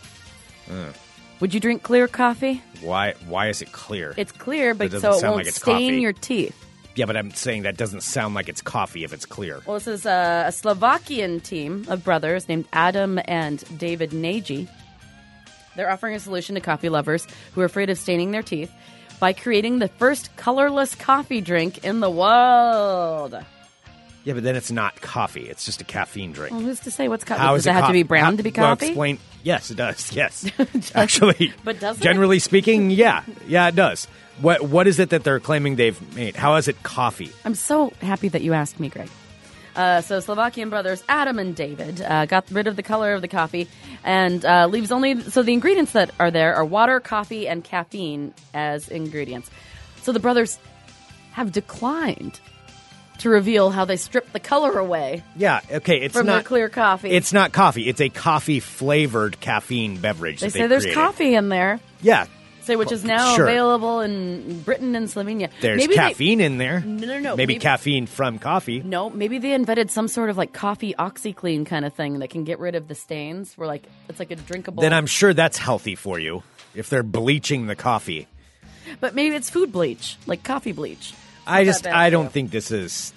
Would you drink clear coffee? Why? Why is it clear? It's clear, but doesn't so it sound won't like it's stain coffee. your teeth. yeah, but I'm saying that doesn't sound like it's coffee if it's clear. Well, this is a, a Slovakian team of brothers named Adam and David Nagy. They're offering a solution to coffee lovers who are afraid of staining their teeth by creating the first colorless coffee drink in the world. Yeah, but then it's not coffee. It's just a caffeine drink. Well, who's to say what's coffee? How Uh, Does is it have co- to be brown how- to be well, coffee? explain. Yes, it does. Yes, actually. But doesn't it? generally speaking, yeah, yeah, it does. What What is it that they're claiming they've made? How is it coffee? I'm so happy that you asked me, Greg. Uh, so Slovakian brothers Adam and David uh, got rid of the color of the coffee and uh, leaves only so the ingredients that are there are water, coffee, and caffeine as ingredients. So the brothers have declined to reveal how they stripped the color away Yeah, okay, it's from their not clear coffee. It's not coffee. It's a coffee flavored caffeine beverage. they that say there's created. coffee in there, Yeah, so which is now Sure. available in Britain and Slovenia. there's Maybe they- caffeine in there. No, no, no, Maybe, maybe- caffeine from coffee. No, maybe they invented some sort of like coffee OxyClean kind of thing that can get rid of the stains. Where like it's like a drinkable. Then I'm sure that's healthy for you if they're bleaching the coffee. But maybe it's food bleach, like coffee bleach. I just bad I for you. don't think this is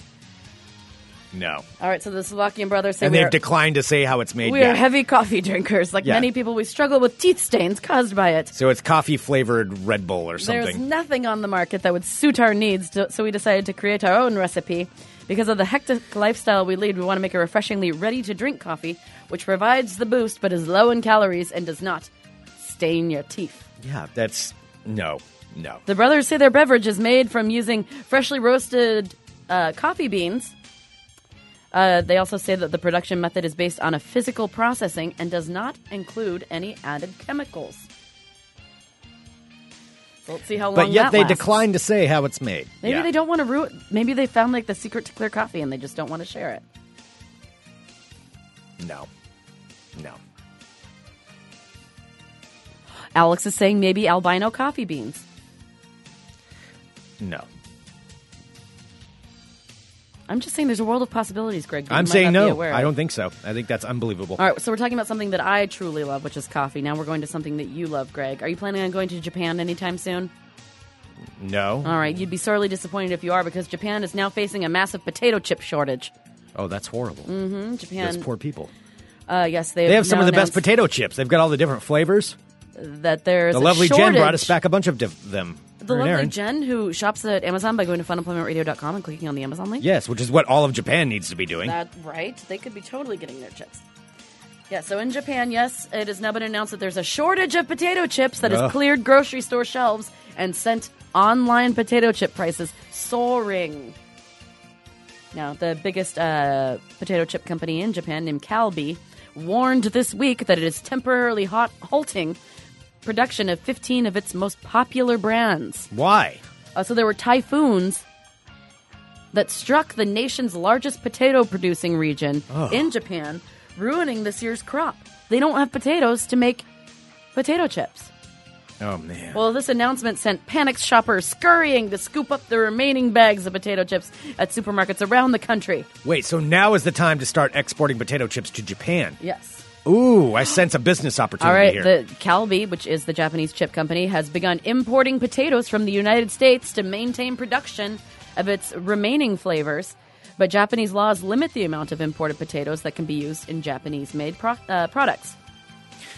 no. All right, so the Slovakian brothers say And we they've are, declined to say how it's made. we yet. are heavy coffee drinkers. Like Yeah. many people, we struggle with teeth stains caused by it. So it's coffee flavored Red Bull or There's something. nothing on the market that would suit our needs, to, so we decided to create our own recipe. Because of the hectic lifestyle we lead, we want to make a refreshingly ready to drink coffee, which provides the boost but is low in calories and does not stain your teeth. yeah, that's no, no. The brothers say their beverage is made from using freshly roasted uh, coffee beans. Uh, they also say that the production method is based on a physical processing and does not include any added chemicals. So let's see how long. But yet that they lasts. declined to say how it's made. Maybe Yeah. they don't want to ruin. Maybe they found like the secret to clear coffee and they just don't want to share it. No, no. Alex is saying maybe albino coffee beans. No. I'm just saying there's a world of possibilities, Greg. that you I'm might saying not be no. aware I of. don't think so. I think that's unbelievable. All right, so we're talking about something that I truly love, which is coffee. Now we're going to something that you love, Greg. Are you planning on going to Japan anytime soon? No. All right, you'd be sorely disappointed if you are because Japan is now facing a massive potato chip shortage. Oh, that's horrible. In Those Japan, poor people. uh, yes, they, They have some now of the best announced potato chips. They've got all the different flavors. That there's a The lovely shortage. Jen brought us back a bunch of div- them. The Her and lovely Aaron. Jen, who shops at Amazon by going to funemploymentradio.com and clicking on the Amazon link. Yes, which is what all of Japan needs to be doing. That right? They could be totally getting their chips. Yeah, so in Japan, yes, it has now been announced that there's a shortage of potato chips that Ugh. has cleared grocery store shelves and sent online potato chip prices soaring. Now, the biggest uh, potato chip company in Japan, named Calbee, warned this week that it is temporarily hot- halting production of 15 of its most popular brands. Why? Uh, so there were typhoons that struck the nation's largest potato producing region in Japan, ruining this year's crop. They don't have potatoes to make potato chips. Oh man. Well, this announcement sent panicked shoppers scurrying to scoop up the remaining bags of potato chips at supermarkets around the country. Wait. So now is the time to start exporting potato chips to Japan. Yes. Ooh, I sense a business opportunity All right, here. the Calbee, which is the Japanese chip company, has begun importing potatoes from the United States to maintain production of its remaining flavors. But Japanese laws limit the amount of imported potatoes that can be used in Japanese made pro- uh, products.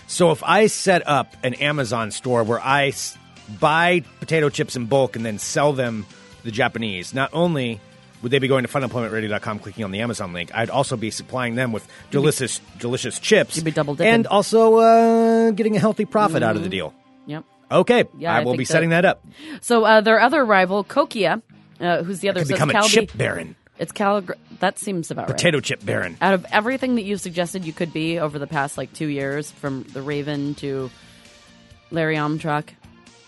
So if I set up an Amazon store where I s- buy potato chips in bulk and then sell them to the Japanese, not only would they be going to funemploymentradio.com, clicking on the Amazon link, I'd also be supplying them with delicious, delicious chips. You'd be double dipping. And also uh, getting a healthy profit out of the deal. Yep. Okay, Yeah, I I will be think that- setting that up. So uh, their other rival, Kokia, uh, who's the other Could so it's become a Calbee- chip baron, It's Calgary. That seems about right. potato chip baron. out of everything that you've suggested you could be over the past like two years, from the Raven to Larry Omtruck.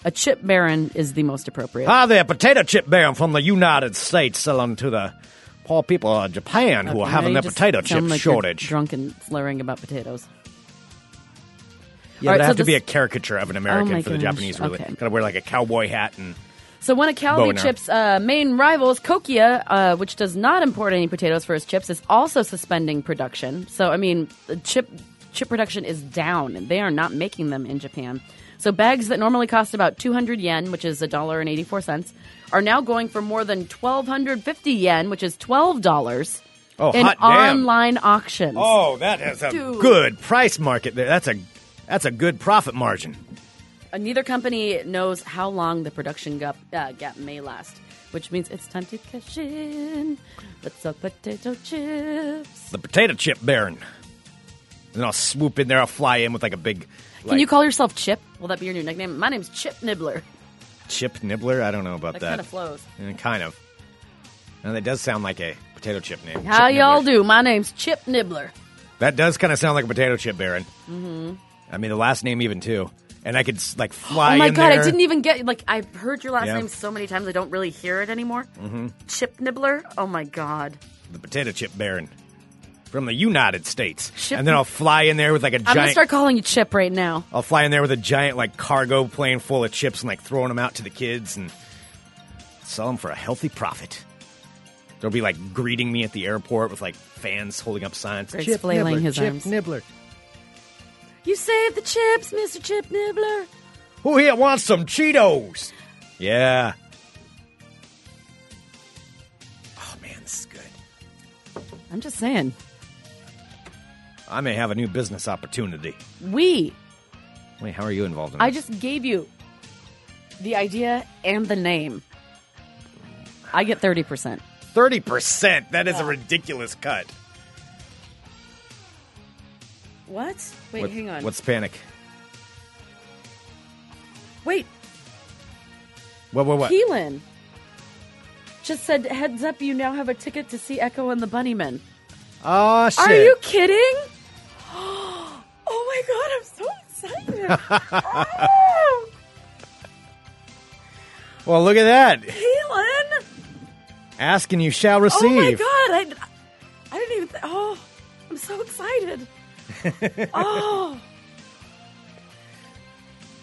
A chip baron is the most appropriate. Hi Ah, there, potato chip baron from the United States selling to the poor people of Japan who are Okay, having now a you Uh, just potato chip sound like you're shortage. Drunk and slurring about potatoes. Yeah, All but right, I so have to be a this- Oh caricature of an American my for the gosh, Japanese, really. okay. Gotta wear like a cowboy hat and. So one of Bow Calbee and arrow. Chip's uh, main rivals, Kokia, uh, which does not import any potatoes for its chips, is also suspending production. So I mean, the chip chip production is down, and they are not making them in Japan. So bags that normally cost about 200 yen, which is a dollar and 84 cents, are now going for more than 1,250 yen, which is twelve dollars, Oh, in hot damn. online auctions. Oh, that is a Dude. good price market there. That's a that's a good profit margin. Uh, Neither company knows how long the production gap, uh, gap may last, which means it's time to cash in. Let's sell potato chips. The potato chip baron. And I'll swoop in there. I'll fly in with like a big. Can like, you call yourself Chip? Will that be your new nickname? My name's Chip Nibbler. chip nibbler? I don't know about That that. kind of flows. Yeah, kind of. And it does sound like a potato chip name. How Chip y'all Nibbler. do? My name's Chip Nibbler. That does kind of sound like a potato chip baron. Mm-hmm. I mean, the last name even too. And I could s- like fly. oh my in god, there. I didn't even get like I've heard your last Yeah. name so many times I don't really hear it anymore. Mm-hmm. Chip Nibbler. Oh my god. The potato chip baron from the United States. Chip- and then I'll fly in there with like a I'm gonna giant. start calling you Chip right now. I'll fly in there with a giant like cargo plane full of chips and like throwing them out to the kids and sell them for a healthy profit. They'll be like greeting me at the airport with like fans holding up signs. Greg's Chip flailing Nibbler, his Chip arms. Nibbler. You saved the chips, Mr. Chip Nibbler. Who here wants some Cheetos? Yeah. Oh man, this is good. I'm just saying. I may have a new business opportunity. We Wait, how are you involved in I this? just gave you the idea and the name. I get 30%. Thirty percent. That is a ridiculous cut. What? Wait, What- hang on. What's panic? Wait, What? What? What? Keelan just said, heads up, you now have a ticket to see Echo and the Bunnymen. oh shit! Are you kidding? Oh my god, I'm so excited. oh, Well, look at that. Keelan! Ask and you shall Oh my receive. god, I, I didn't even. Th- oh, I'm so excited. oh.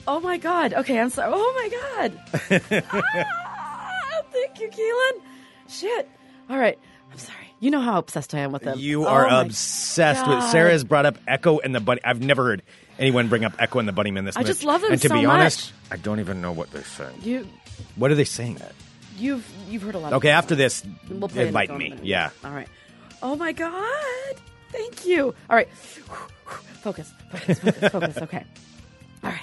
Oh my god. Okay, I'm sorry. Oh my god. ah, thank you, Keelan. Shit. All right. I'm sorry. You know how obsessed I am with them. You Oh are my obsessed with. God. Sarah has brought up Echo and the Bunny. I've never heard anyone bring up Echo and the Bunnymen this I much. just love them And to so be much. honest, I don't even know what they're saying. You What are they saying? you've you've heard a lot. Okay, of after this, We'll play it in invite the me. phone. Yeah. All right. Oh my god. Thank you. All right. Focus. Focus. Focus. focus. Okay. All right.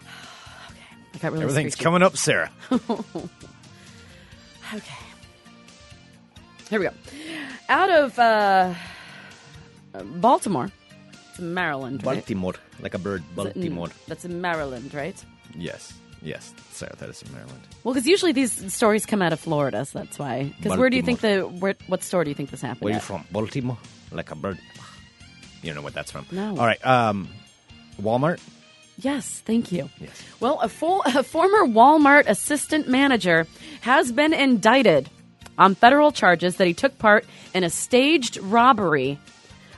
Okay. I got really Everything's screechy. coming up, Sarah. Okay. Here we go. Out of uh, Baltimore, it's in Maryland. Right? Baltimore, like a bird. mm. Baltimore. That's in Maryland, right? Yes, yes, Sarah. That is in Maryland. Well, because usually these stories come out of Florida, so that's why. Because where do you think the where, what store do you think this happened? Where at? you from? Baltimore, like a bird. You don't know what that's from. No. All right. Um, Walmart. Yes, thank you. Yes. Well, a, full, a former Walmart assistant manager has been indicted on federal charges that he took part in a staged robbery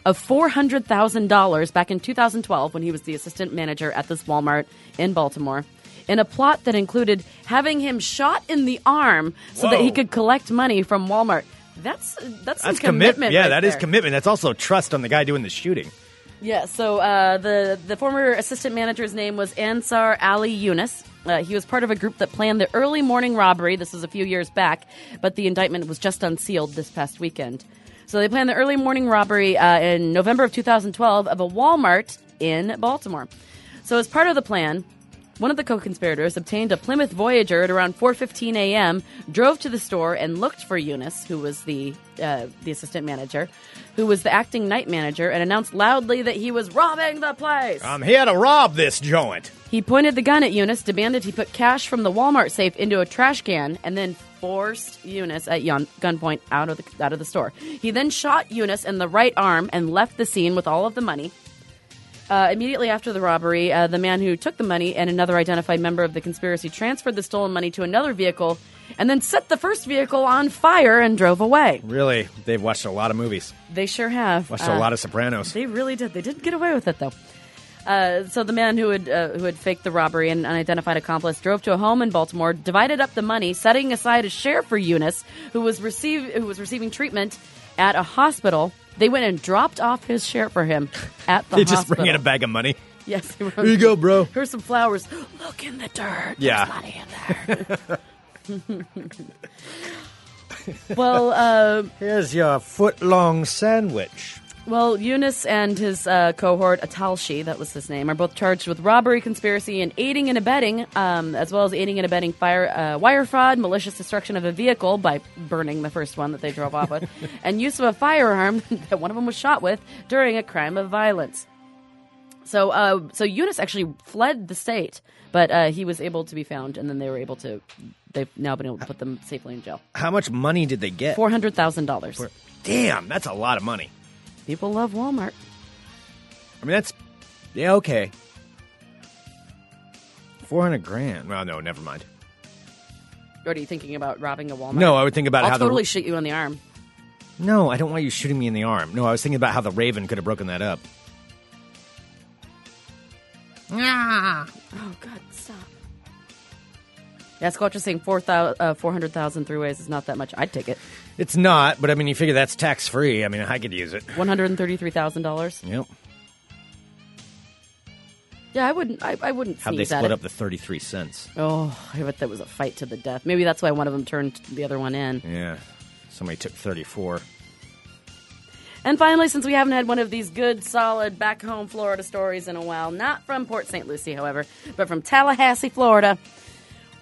of $400,000 back in 2012 when he was the assistant manager at this Walmart in Baltimore in a plot that included having him shot in the arm so that Whoa. he could collect money from Walmart. That's that's, some That's commitment. commitment. Yeah, right that is there. commitment. That's also trust on the guy doing the shooting. Yeah, so uh, the the former assistant manager's name was Ansar Ali Yunus. Uh, he was part of a group that planned the early morning robbery. This was a few years back, but the indictment was just unsealed this past weekend. So they planned the early morning robbery uh, in November of 2012 of a Walmart in Baltimore. So as part of the plan, one of the co-conspirators obtained a Plymouth Voyager at around 4:15 a.m., drove to the store and looked for Eunice, who was the uh, the assistant manager, who was the acting night manager, and announced loudly that he was robbing the place. I'm here to rob this joint. He pointed the gun at Eunice, demanded he put cash from the Walmart safe into a trash can, and then forced Eunice at yon- gunpoint out of the out of the store. He then shot Eunice in the right arm and left the scene with all of the money. Uh, immediately after the robbery, uh, the man who took the money and another identified member of the conspiracy transferred the stolen money to another vehicle and then set the first vehicle on fire and drove away. Really, they've watched a lot of movies, They sure have. watched Uh, a lot of Sopranos. They really did. They did get away with it though. Uh, so the man who had uh, who had faked the robbery and an unidentified accomplice drove to a home in Baltimore, divided up the money, setting aside a share for Eunice, who was receive who was receiving treatment at a hospital. They went and dropped off his share for him at the They hospital. just bring in a bag of money. Yes, they were- Here you go, bro. Here's some flowers. Look in the dirt. Yeah. There's money in there. well, uh, Here's your foot long sandwich. Well, Eunice and his uh, cohort, Atalshi, that was his name, are both charged with robbery, conspiracy, and aiding and abetting, um, as well as aiding and abetting fire, uh, wire fraud, malicious destruction of a vehicle by burning the first one that they drove off with, and use of a firearm that one of them was shot with during a crime of violence. So, uh, so Eunice actually fled the state, but uh, he was able to be found, and then they were able to. They've now been able to put them safely in jail. How much money did they get? Four hundred thousand dollars. Damn, that's a lot of money. People love Walmart. I mean, that's yeah, okay. Four hundred grand. Well, no, never mind. Or are you thinking about robbing a Walmart? No, I would think about how I'll totally the shoot you in the arm. no, I don't want you shooting me in the arm. No, I was thinking about how the Raven could have broken that up. Oh God, stop. Yeah, Squatch is saying four thousand, uh, four hundred thousand three ways is not that much. I'd take it. It's not, but I mean, you figure that's tax free. I mean, I could use it. One hundred and thirty-three thousand dollars. Yep. Yeah, I wouldn't. I, I wouldn't How'd sneeze they at split it. up the thirty-three cents? oh, I bet that was a fight to the death. Maybe that's why one of them turned the other one in. Yeah, somebody took thirty-four. And finally, since we haven't had one of these good, solid back home Florida stories in a while, not from Port St. Lucie, however, but from Tallahassee, Florida.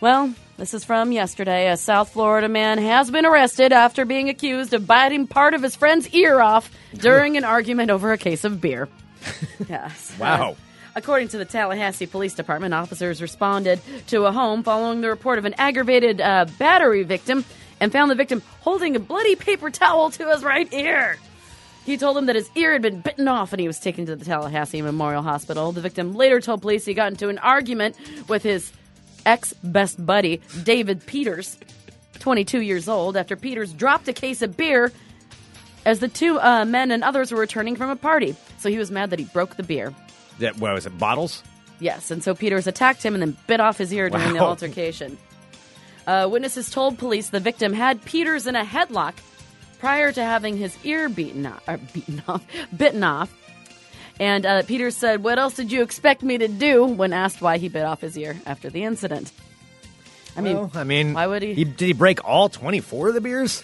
Well, this is from yesterday. A South Florida man has been arrested after being accused of biting part of his friend's ear off during an argument over a case of beer. Yes. Wow. According to the Tallahassee Police Department, officers responded to a home following the report of an aggravated uh, battery victim and found the victim holding a bloody paper towel to his right ear. He told him that his ear had been bitten off and he was taken to the Tallahassee Memorial Hospital. The victim later told police he got into an argument with his ex best buddy, David Peters, 22 years old, after Peters dropped a case of beer as the two uh, men and others were returning from a party. So he was mad that he broke the beer. That what was it? Bottles? Yes, and so Peters attacked him and then bit off his ear during the Wow. altercation. Uh, witnesses told police the victim had Peters in a headlock prior to having his ear beaten off, or beaten off, bitten off. And uh, Peters said, "What else did you expect me to do?" When asked why he bit off his ear after the incident. I mean, Well, I mean, why would he- Did he break all twenty-four of the beers?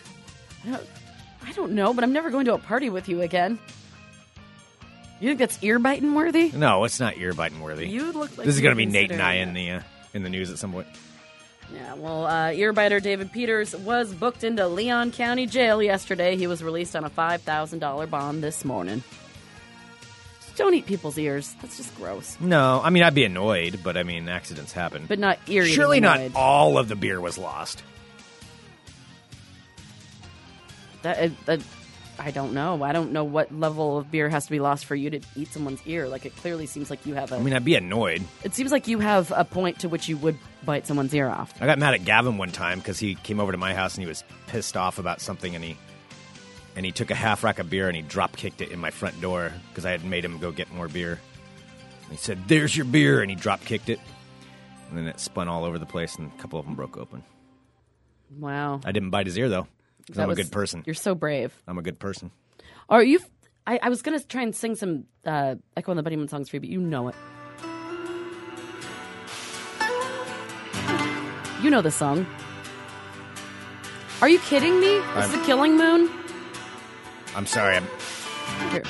I don't know, but I'm never going to a party with you again. You think that's ear biting worthy? No, it's not ear biting worthy. You look like this is you going to be Nate consider and I it. in the uh, in the news at some point. Yeah, well, uh, earbiter David Peters was booked into Leon County Jail yesterday. He was released on a $5,000 bond this morning. Just don't eat people's ears. That's just gross. No, I mean I'd be annoyed, but I mean accidents happen. But not ear eating surely not annoyed. all of the beer was lost. That, uh, that- I don't know. I don't know what level of beer has to be lost for you to eat someone's ear. Like, it clearly seems like you have a. I mean, I'd be annoyed. it seems like you have a point to which you would bite someone's ear off. I got mad at Gavin one time because he came over to my house and he was pissed off about something, and he and he took a half rack of beer and he drop kicked it in my front door because I had made him go get more beer. And he said, "There's your beer," and he drop kicked it, and then it spun all over the place, and a couple of them broke open. Wow. I didn't bite his ear though, 'cause That I'm a was- good person. You're so brave. I'm a good person. Are you? I, I was gonna try and sing some uh, Echo and the Bunnymen songs for you, but you know it. You know the song. Are you kidding me? This is I'm- the Killing Moon. I'm sorry. I'm, Here.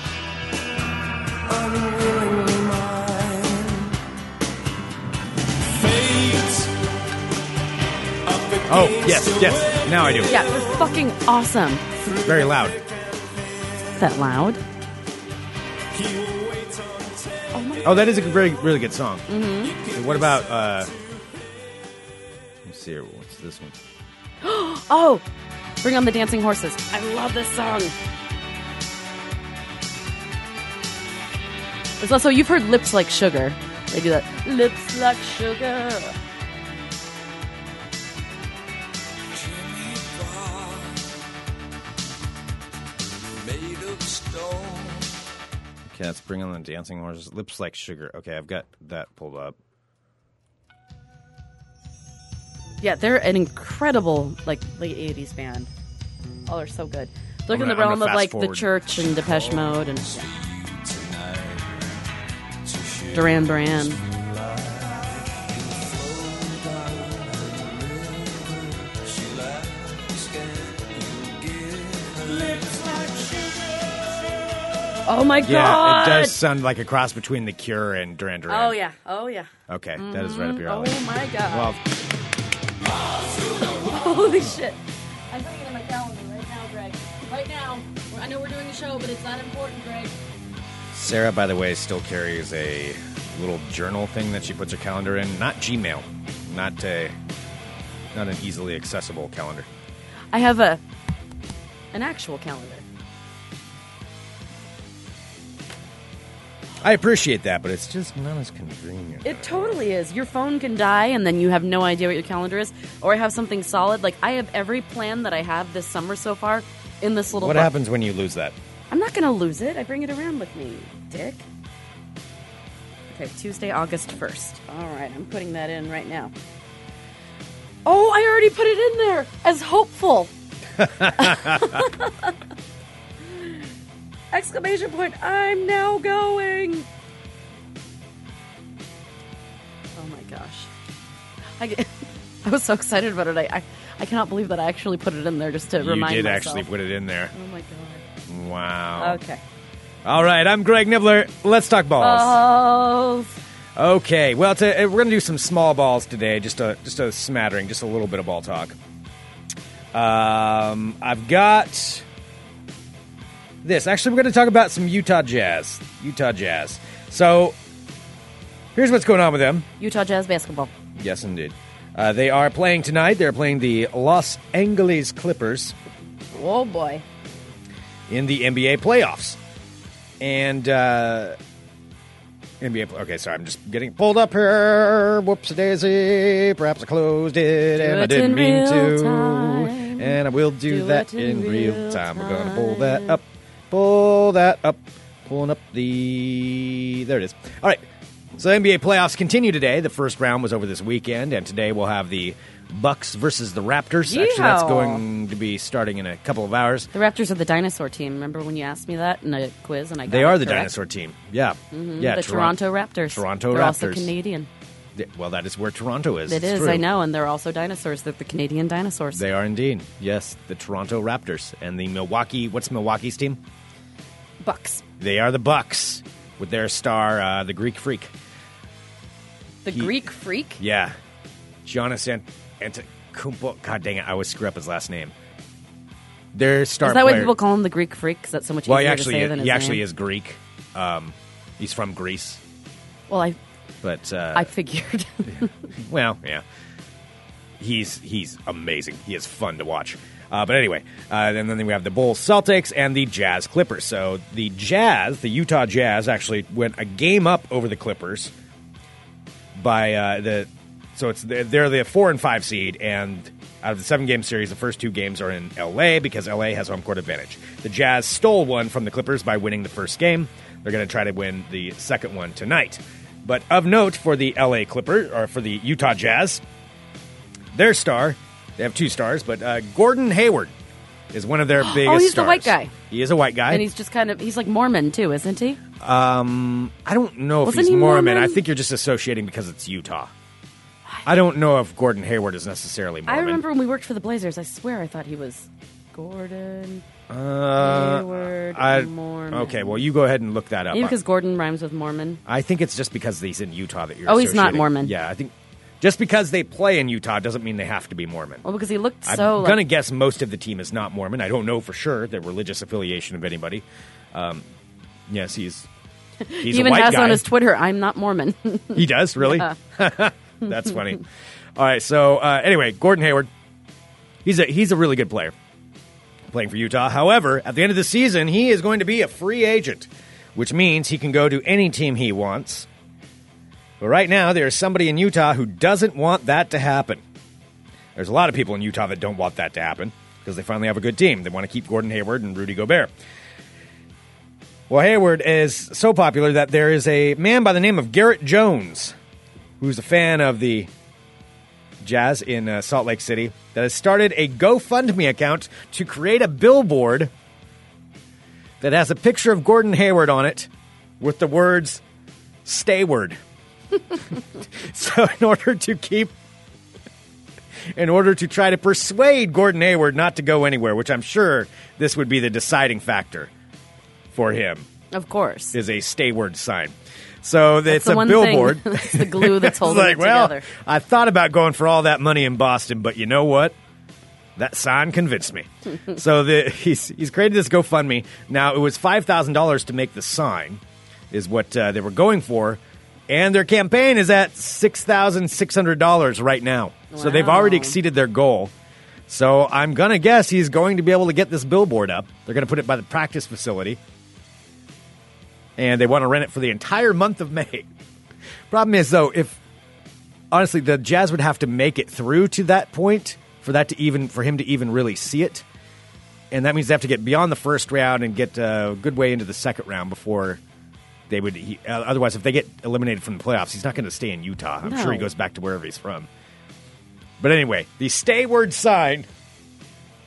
oh yes, yes. Now I do. Yeah, they're fucking awesome. Very loud. Is that loud? Oh, that is a very really good song. Mm-hmm. What about? uh Let's see here. What's this one? Oh, bring on the dancing horses. I love this song. There's also you've heard lips like sugar. They do that. Lips like sugar. Okay, let's bring on the dancing horses. Lips like sugar. Okay, I've got that pulled up. Yeah, they're an incredible like late '80s band. Oh, they're so good. They're I'm in the gonna- I'm realm gonna of fast like the forward. Church and Depeche Mode and Duran Duran. Oh my god! Yeah, it does sound like a cross between The Cure and Duran Duran. Oh yeah! Oh yeah! Okay, that is right up your Oh alley. my god! Well, Holy shit. I'm putting it in my calendar right now, Greg. Right now. I know we're doing a show, but it's not important, Greg. Sarah, by the way, still carries a little journal thing that she puts her calendar in. Not Gmail, not a, not an easily accessible calendar. I have a an actual calendar. I appreciate that, but it's just not as convenient. It totally is. Your phone can die and then you have no idea what your calendar is or I have something solid. Like I have every plan that I have this summer so far in this little what book. happens when you lose that? I'm not going to lose it. I bring it around with me, dick. Okay, Tuesday, August 1st. All right, I'm putting that in right now. Oh, I already put it in there as hopeful. Exclamation point, I'm now going. Oh my gosh. I, get- I was so excited about it. I, I, I cannot believe that I actually put it in there just to you remind did myself. actually put it in there. oh my god. Wow. Okay. All right, I'm Greg Nibbler. Let's talk balls. Oh, Okay, well, to, uh, we're gonna do some small balls today, just a just a smattering, just a little bit of ball talk. Um, I've got this. Actually, we're gonna talk about some Utah Jazz. Utah Jazz. So, here's what's going on with them. Utah Jazz basketball. Yes, indeed. Uh, they are playing tonight. They're playing the Los Angeles Clippers Oh boy. in the NBA playoffs. And uh, NBA. pl- Okay, sorry, I'm just getting pulled up here. Whoops, daisy. Perhaps I closed it, and Do I it didn't in mean real to. time. And I will do, Do that it in in real real time. We're gonna pull time. that up. Pull that up. Pulling up the. There it is. All right. So the NBA playoffs continue today. The first round was over this weekend, and today we'll have the Bucks versus the Raptors. Actually, that's Yeehaw. going to be starting in a couple of hours. The Raptors are the dinosaur team. Remember when you asked me that in a quiz and I got They it are the correct? Mm-hmm. dinosaur team. Yeah. Yeah. the Toron- Toronto Raptors. Toronto They're also Raptors. Canadian. Th- Well, that is where Toronto is. It It's is. true. I know, and they're also dinosaurs. They're the Canadian dinosaurs. They are indeed. Yes, the Toronto Raptors and the Milwaukee. What's Milwaukee's team? Bucks. They are the Bucks with their star, uh, the Greek Freak. The He- Greek freak. Yeah, Giannis Ant- Antetokounmpo. God dang it! I always screw up his last name. Their star. Is that why player- people call him the Greek freak? Because that's so much Well, he easier actually to say is, than his he actually name. is Greek. Um, he's from Greece, Well, I but uh, I figured. Well, yeah. He's he's amazing. He is fun to watch. Uh, but anyway, uh, and then we have the Bulls, Celtics, and the Jazz Clippers. So the Jazz, the Utah Jazz, actually went a game up over the Clippers by uh, the. So it's they're they're the four and five seed, and out of the seven game series, the first two games are in L.A. because L.A. has home court advantage. The Jazz stole one from the Clippers by winning the first game. They're going to try to win the second one tonight. But of note for the L.A. Clipper or for the Utah Jazz, their star, they have two stars, but uh, Gordon Hayward is one of their biggest. Oh, he's the stars. white guy. He is a white guy. and he's just kind of he's like Mormon too, isn't he? I don't know if Wasn't he's he Mormon. Mormon? I think you're just associating because it's Utah. I don't know if Gordon Hayward is necessarily Mormon. I remember when we worked for the Blazers. I swear I thought he was Gordon. Uh, Hayward I- Mormon. Okay, well, you go ahead and look that up. Maybe because Gordon rhymes with Mormon. I think it's just because he's in Utah that you're. Oh, he's not associating- Mormon. Yeah, I think just because they play in Utah doesn't mean they have to be Mormon. Well, because he looked I'm so gonna like, guess most of the team is not Mormon. I don't know for sure the religious affiliation of anybody. Um, yes, he's. He's he a even white has guy. on his Twitter, "I'm not Mormon." He does really. That's funny. All right. So uh, anyway, Gordon Hayward, he's a he's a really good player, playing for Utah. However, at the end of the season, he is going to be a free agent, which means he can go to any team he wants. But right now, there's somebody in Utah who doesn't want that to happen. There's a lot of people in Utah that don't want that to happen because they finally have a good team. They want to keep Gordon Hayward and Rudy Gobert. Well, Hayward is so popular that there is a man by the name of Garrett Jones who's a fan of the Jazz in uh, Salt Lake City that has started a GoFundMe account to create a billboard that has a picture of Gordon Hayward on it with the words "Stayward." so, in order to keep, in order to try to persuade Gordon Hayward not to go anywhere, which I'm sure this would be the deciding factor for him, Of course. is a "Stayward" sign. So That's it's the a one billboard. Thing, that's the glue that's holding like, it well, together. I thought about going for all that money in Boston, but you know what? That sign convinced me. so the, he's he's created this GoFundMe. Now it was five thousand dollars to make the sign, is what uh, they were going for, and their campaign is at six thousand six hundred dollars right now. So they've already Wow. exceeded their goal. So I'm gonna guess he's going to be able to get this billboard up. They're gonna put it by the practice facility, and they want to rent it for the entire month of May. Problem is though, if honestly, the Jazz would have to make it through to that point for that to even for him to even really see it, and that means they have to get beyond the first round and get uh, a good way into the second round before they would. He, uh, otherwise, if they get eliminated from the playoffs, he's not going to stay in Utah. I'm sure he No. goes back to wherever he's from. But anyway, the stayward sign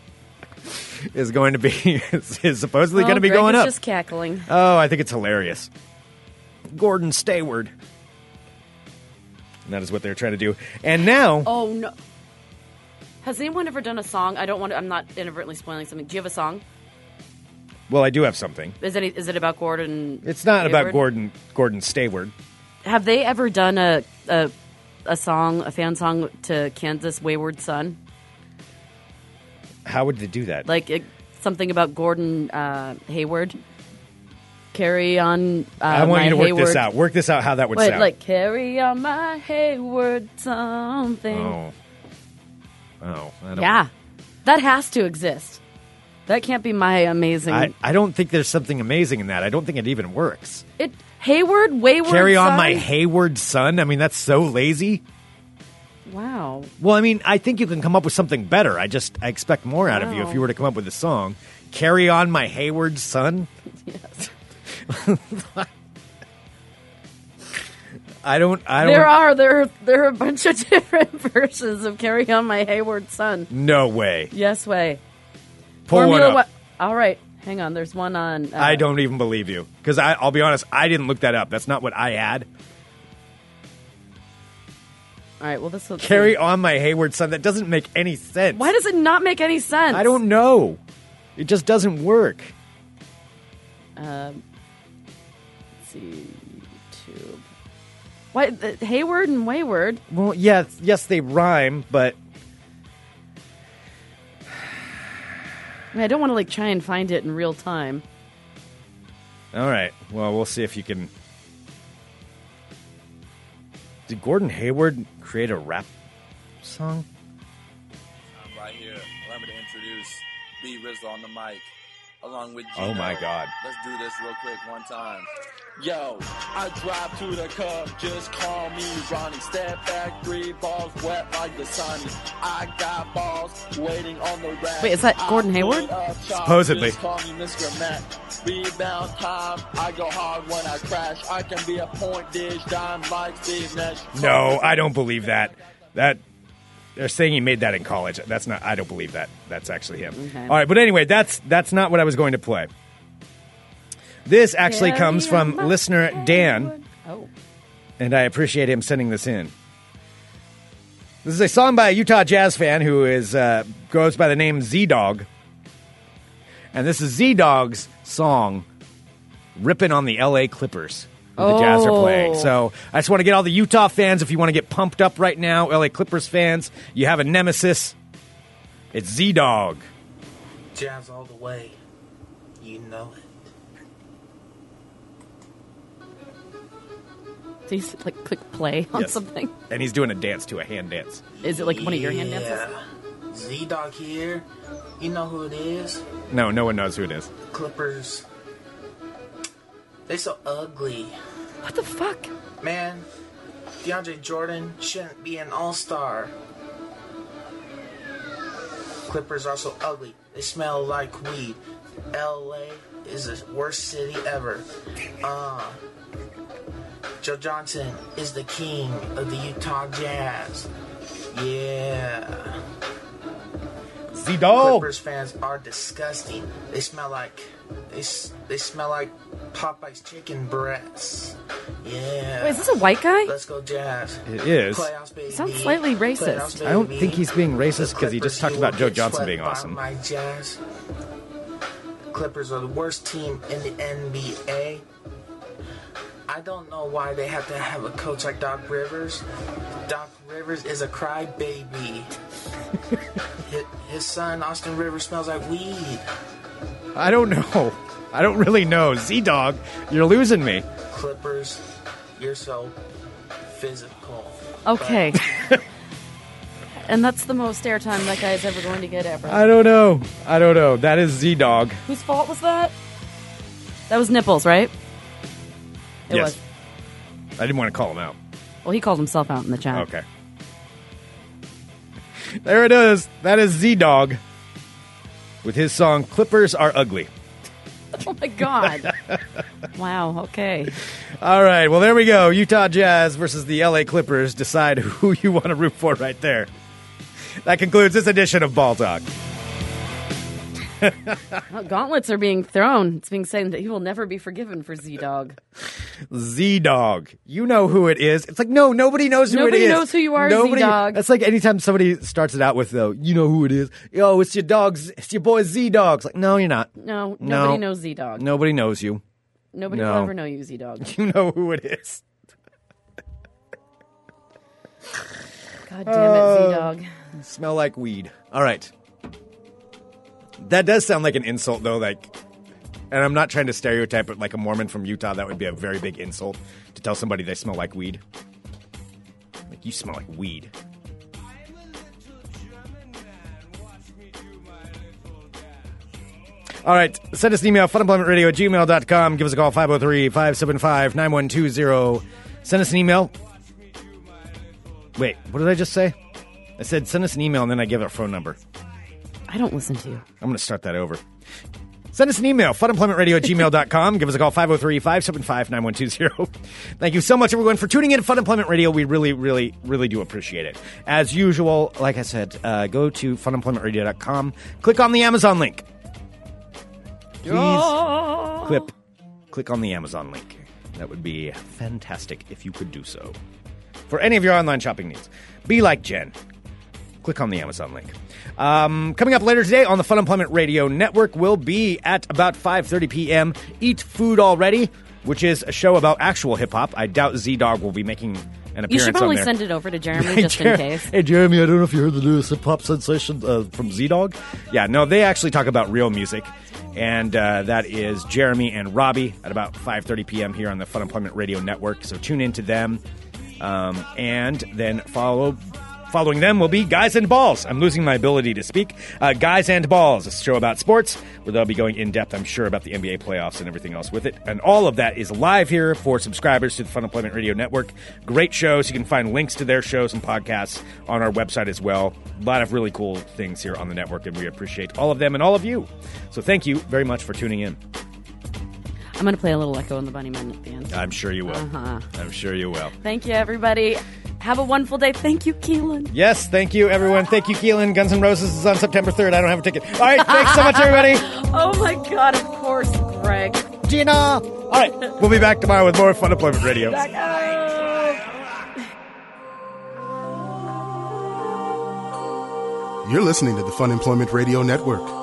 is going to be is is supposedly Oh, going to be Greg going is up. just cackling. Oh, I think it's hilarious. Gordon Stayward. And that is what they're trying to do. And now, Oh no. Has anyone ever done a song? I don't want to. I'm not inadvertently spoiling something. Do you have a song? well, I do have something. Is any? Is it about Gordon? It's not about Hayward? Gordon Gordon Stayward. Have they ever done a a a song, a fan song to Kansas Wayward Son? How would they do that? Like it, something about Gordon uh, Hayward. Carry on. Uh, I want my you to work Hayward. this out. Work this out how that would Wait, sound. like carry on my Hayward something. oh. Oh, I don't, Yeah, that has to exist. That can't be my amazing. I, I don't think there's something amazing in that. I don't think it even works. It Hayward Wayward. Carry on my son? Hayward son. I mean, that's so lazy. Wow. Well, I mean, I think you can come up with something better. I just I expect more out of you if Wow. you were to come up with a song. Carry on, my Hayward son. Yes. I don't. I don't. There are there there are a bunch of different versions of "Carry On My Hayward Son." No way. Yes way. Pull one up. One. All right, hang on. There's one on. Uh, I don't even believe you because I'll be honest. I didn't look that up. That's not what I had. All right. Well, this will Carry on, my Hayward son. That doesn't make any sense. Why does it not make any sense? I don't know. It just doesn't work. Let's see YouTube. Why the, Hayward and Wayward? Well, yeah, yes, they rhyme, but I mean, I don't want to like try and find it in real time. all right. Well, we'll see if you can. Did Gordon Hayward create a rap song? I'm right here. Allow me to introduce B Rizzo on the mic, along with Oh Gino. my God. Let's do this real quick one time. Yo, I drive to the cup, just call me Ronnie. Step back, three balls, wet like the sunny. I got balls waiting on the rack. Wait, is that I Gordon Hayward? put up shot, Supposedly. just call me Mr. Mac. Rebound time, I go hard when I crash. I can be a point dish, dime like Steve Nash. No, I don't believe that. That they're saying he made that in college. That's not. I don't believe that. That's actually him. Okay. All right, but anyway, that's that's not what I was going to play. This actually comes from listener Dan, Oh, and I appreciate him sending this in. This is a song by a Utah jazz fan who is uh, goes by the name Z Dog, and this is Z Dog's song, "Ripping on the L.A. Clippers." who The Jazz are playing. Oh. So I just want to get all the Utah fans, if you want to get pumped up right now, LA Clippers fans, you have a nemesis. It's Z Dog. Jazz all the way. You know it. so you said, like click play on Yes. something. And he's doing a dance to a hand dance. Is it like one of your hand dances? Z Dog here. You know who it is? No, no one knows who it is. Clippers. They so ugly. What the fuck? Man, DeAndre Jordan shouldn't be an all star. Clippers are so ugly. They smell like weed. LA is the worst city ever. Uh, Joe Johnson is the king of the Utah Jazz. Yeah. Z Oh. Dog. Clippers fans are disgusting. They smell like they, s- they smell like Popeye's chicken breasts. Wait, Yeah. Oh, is this a white guy? Let's go Jazz. It is. Playoffs, baby. Sounds slightly racist. Playoffs, I don't baby. think he's being racist The 'cause he just Clippers, talked you about will Joe get Johnson swept being by awesome. My Jazz. Clippers are the worst team in the NBA. I don't know why they have to have a coach like Doc Rivers. Doc Rivers is a crybaby. his, his son Austin Rivers smells like weed. I don't know. I don't really know. Z Dog, you're losing me. Clippers, you're so physical. Okay. and that's the most airtime that guy is ever going to get ever. I don't know. I don't know. That is Z Dog. Whose fault was that? That was nipples, right? It Yes. was. I didn't want to call him out. Well, he called himself out in the chat. Okay. There it is. That is Z Dog with his song Clippers Are Ugly. Oh my god. wow. Okay. All right. Well, there we go. Utah Jazz versus the LA Clippers. Decide who you want to root for right there. That concludes this edition of Ball Talk. Well, gauntlets are being thrown. It's being said that he will never be forgiven for Z Dog. Z Dog. You know who it is. It's like, no, nobody knows who Nobody it is. knows who you are, Z-Dog. That's like anytime somebody starts it out with, though, you know who it is. Yo, it's your dog. Z- It's your boy Z Dog. It's like, no, you're not. No, No. nobody knows Z Dog. Nobody knows you. Nobody No. will ever know you, Z Dog. You know who it is. God damn it, Z Dog. Uh. Smell like weed. All right. That does sound like an insult, though. Like, and I'm not trying to stereotype, but like a Mormon from Utah, that would be a very big insult to tell somebody they smell like weed. Like, you smell like weed. All right. Send us an email, funemploymentradio at gmail.com. Give us a call, 503 575 9120. Send us an email. Wait, what did I just say? I said send us an email and then I give our phone number. I don't listen to you. I'm going to start that over. Send us an email, funemploymentradio at gmail.com. Give us a call, 503 575 9120. Thank you so much, everyone, for tuning in to Fun Employment Radio. We really, really, really do appreciate it. As usual, like I said, uh, go to funemploymentradio.com, click on the Amazon link. Please clip, click on the Amazon link. That would be fantastic if you could do so. For any of your online shopping needs, be like Jen click on the Amazon link. Um, coming up later today on the Fun Employment Radio Network will be at about 5:30 p.m. Eat Food Already, which is a show about actual hip hop. I doubt Z Dog will be making an appearance. You should probably on there. send it over to Jeremy just in Jer- case. Hey, Jeremy, I don't know if you heard the newest hip hop sensation uh, from Z Dog. Yeah, no, they actually talk about real music, and uh, that is Jeremy and Robbie at about 5:30 p.m. here on the Fun Employment Radio Network. So tune in to them, um, and then follow. Following them will be Guys and Balls. I'm losing my ability to speak. Uh, Guys and Balls, a show about sports where they'll be going in depth, I'm sure, about the NBA playoffs and everything else with it. And all of that is live here for subscribers to the Fun Employment Radio Network. Great shows. You can find links to their shows and podcasts on our website as well. A lot of really cool things here on the network, and we appreciate all of them and all of you. So thank you very much for tuning in. I'm going to play a little Echo and the Bunnymen at the end. I'm sure you will. I'm sure you will. Thank you, everybody. Have a wonderful day. Thank you, Keelan. Yes, thank you, everyone. Thank you, Keelan. Guns N' Roses is on September 3rd. I don't have a ticket. All right, thanks so much, everybody. Oh my god, of course, Greg. Gina. All right, we'll be back tomorrow with more Fun Employment Radio. Back up. You're listening to the Fun Employment Radio Network.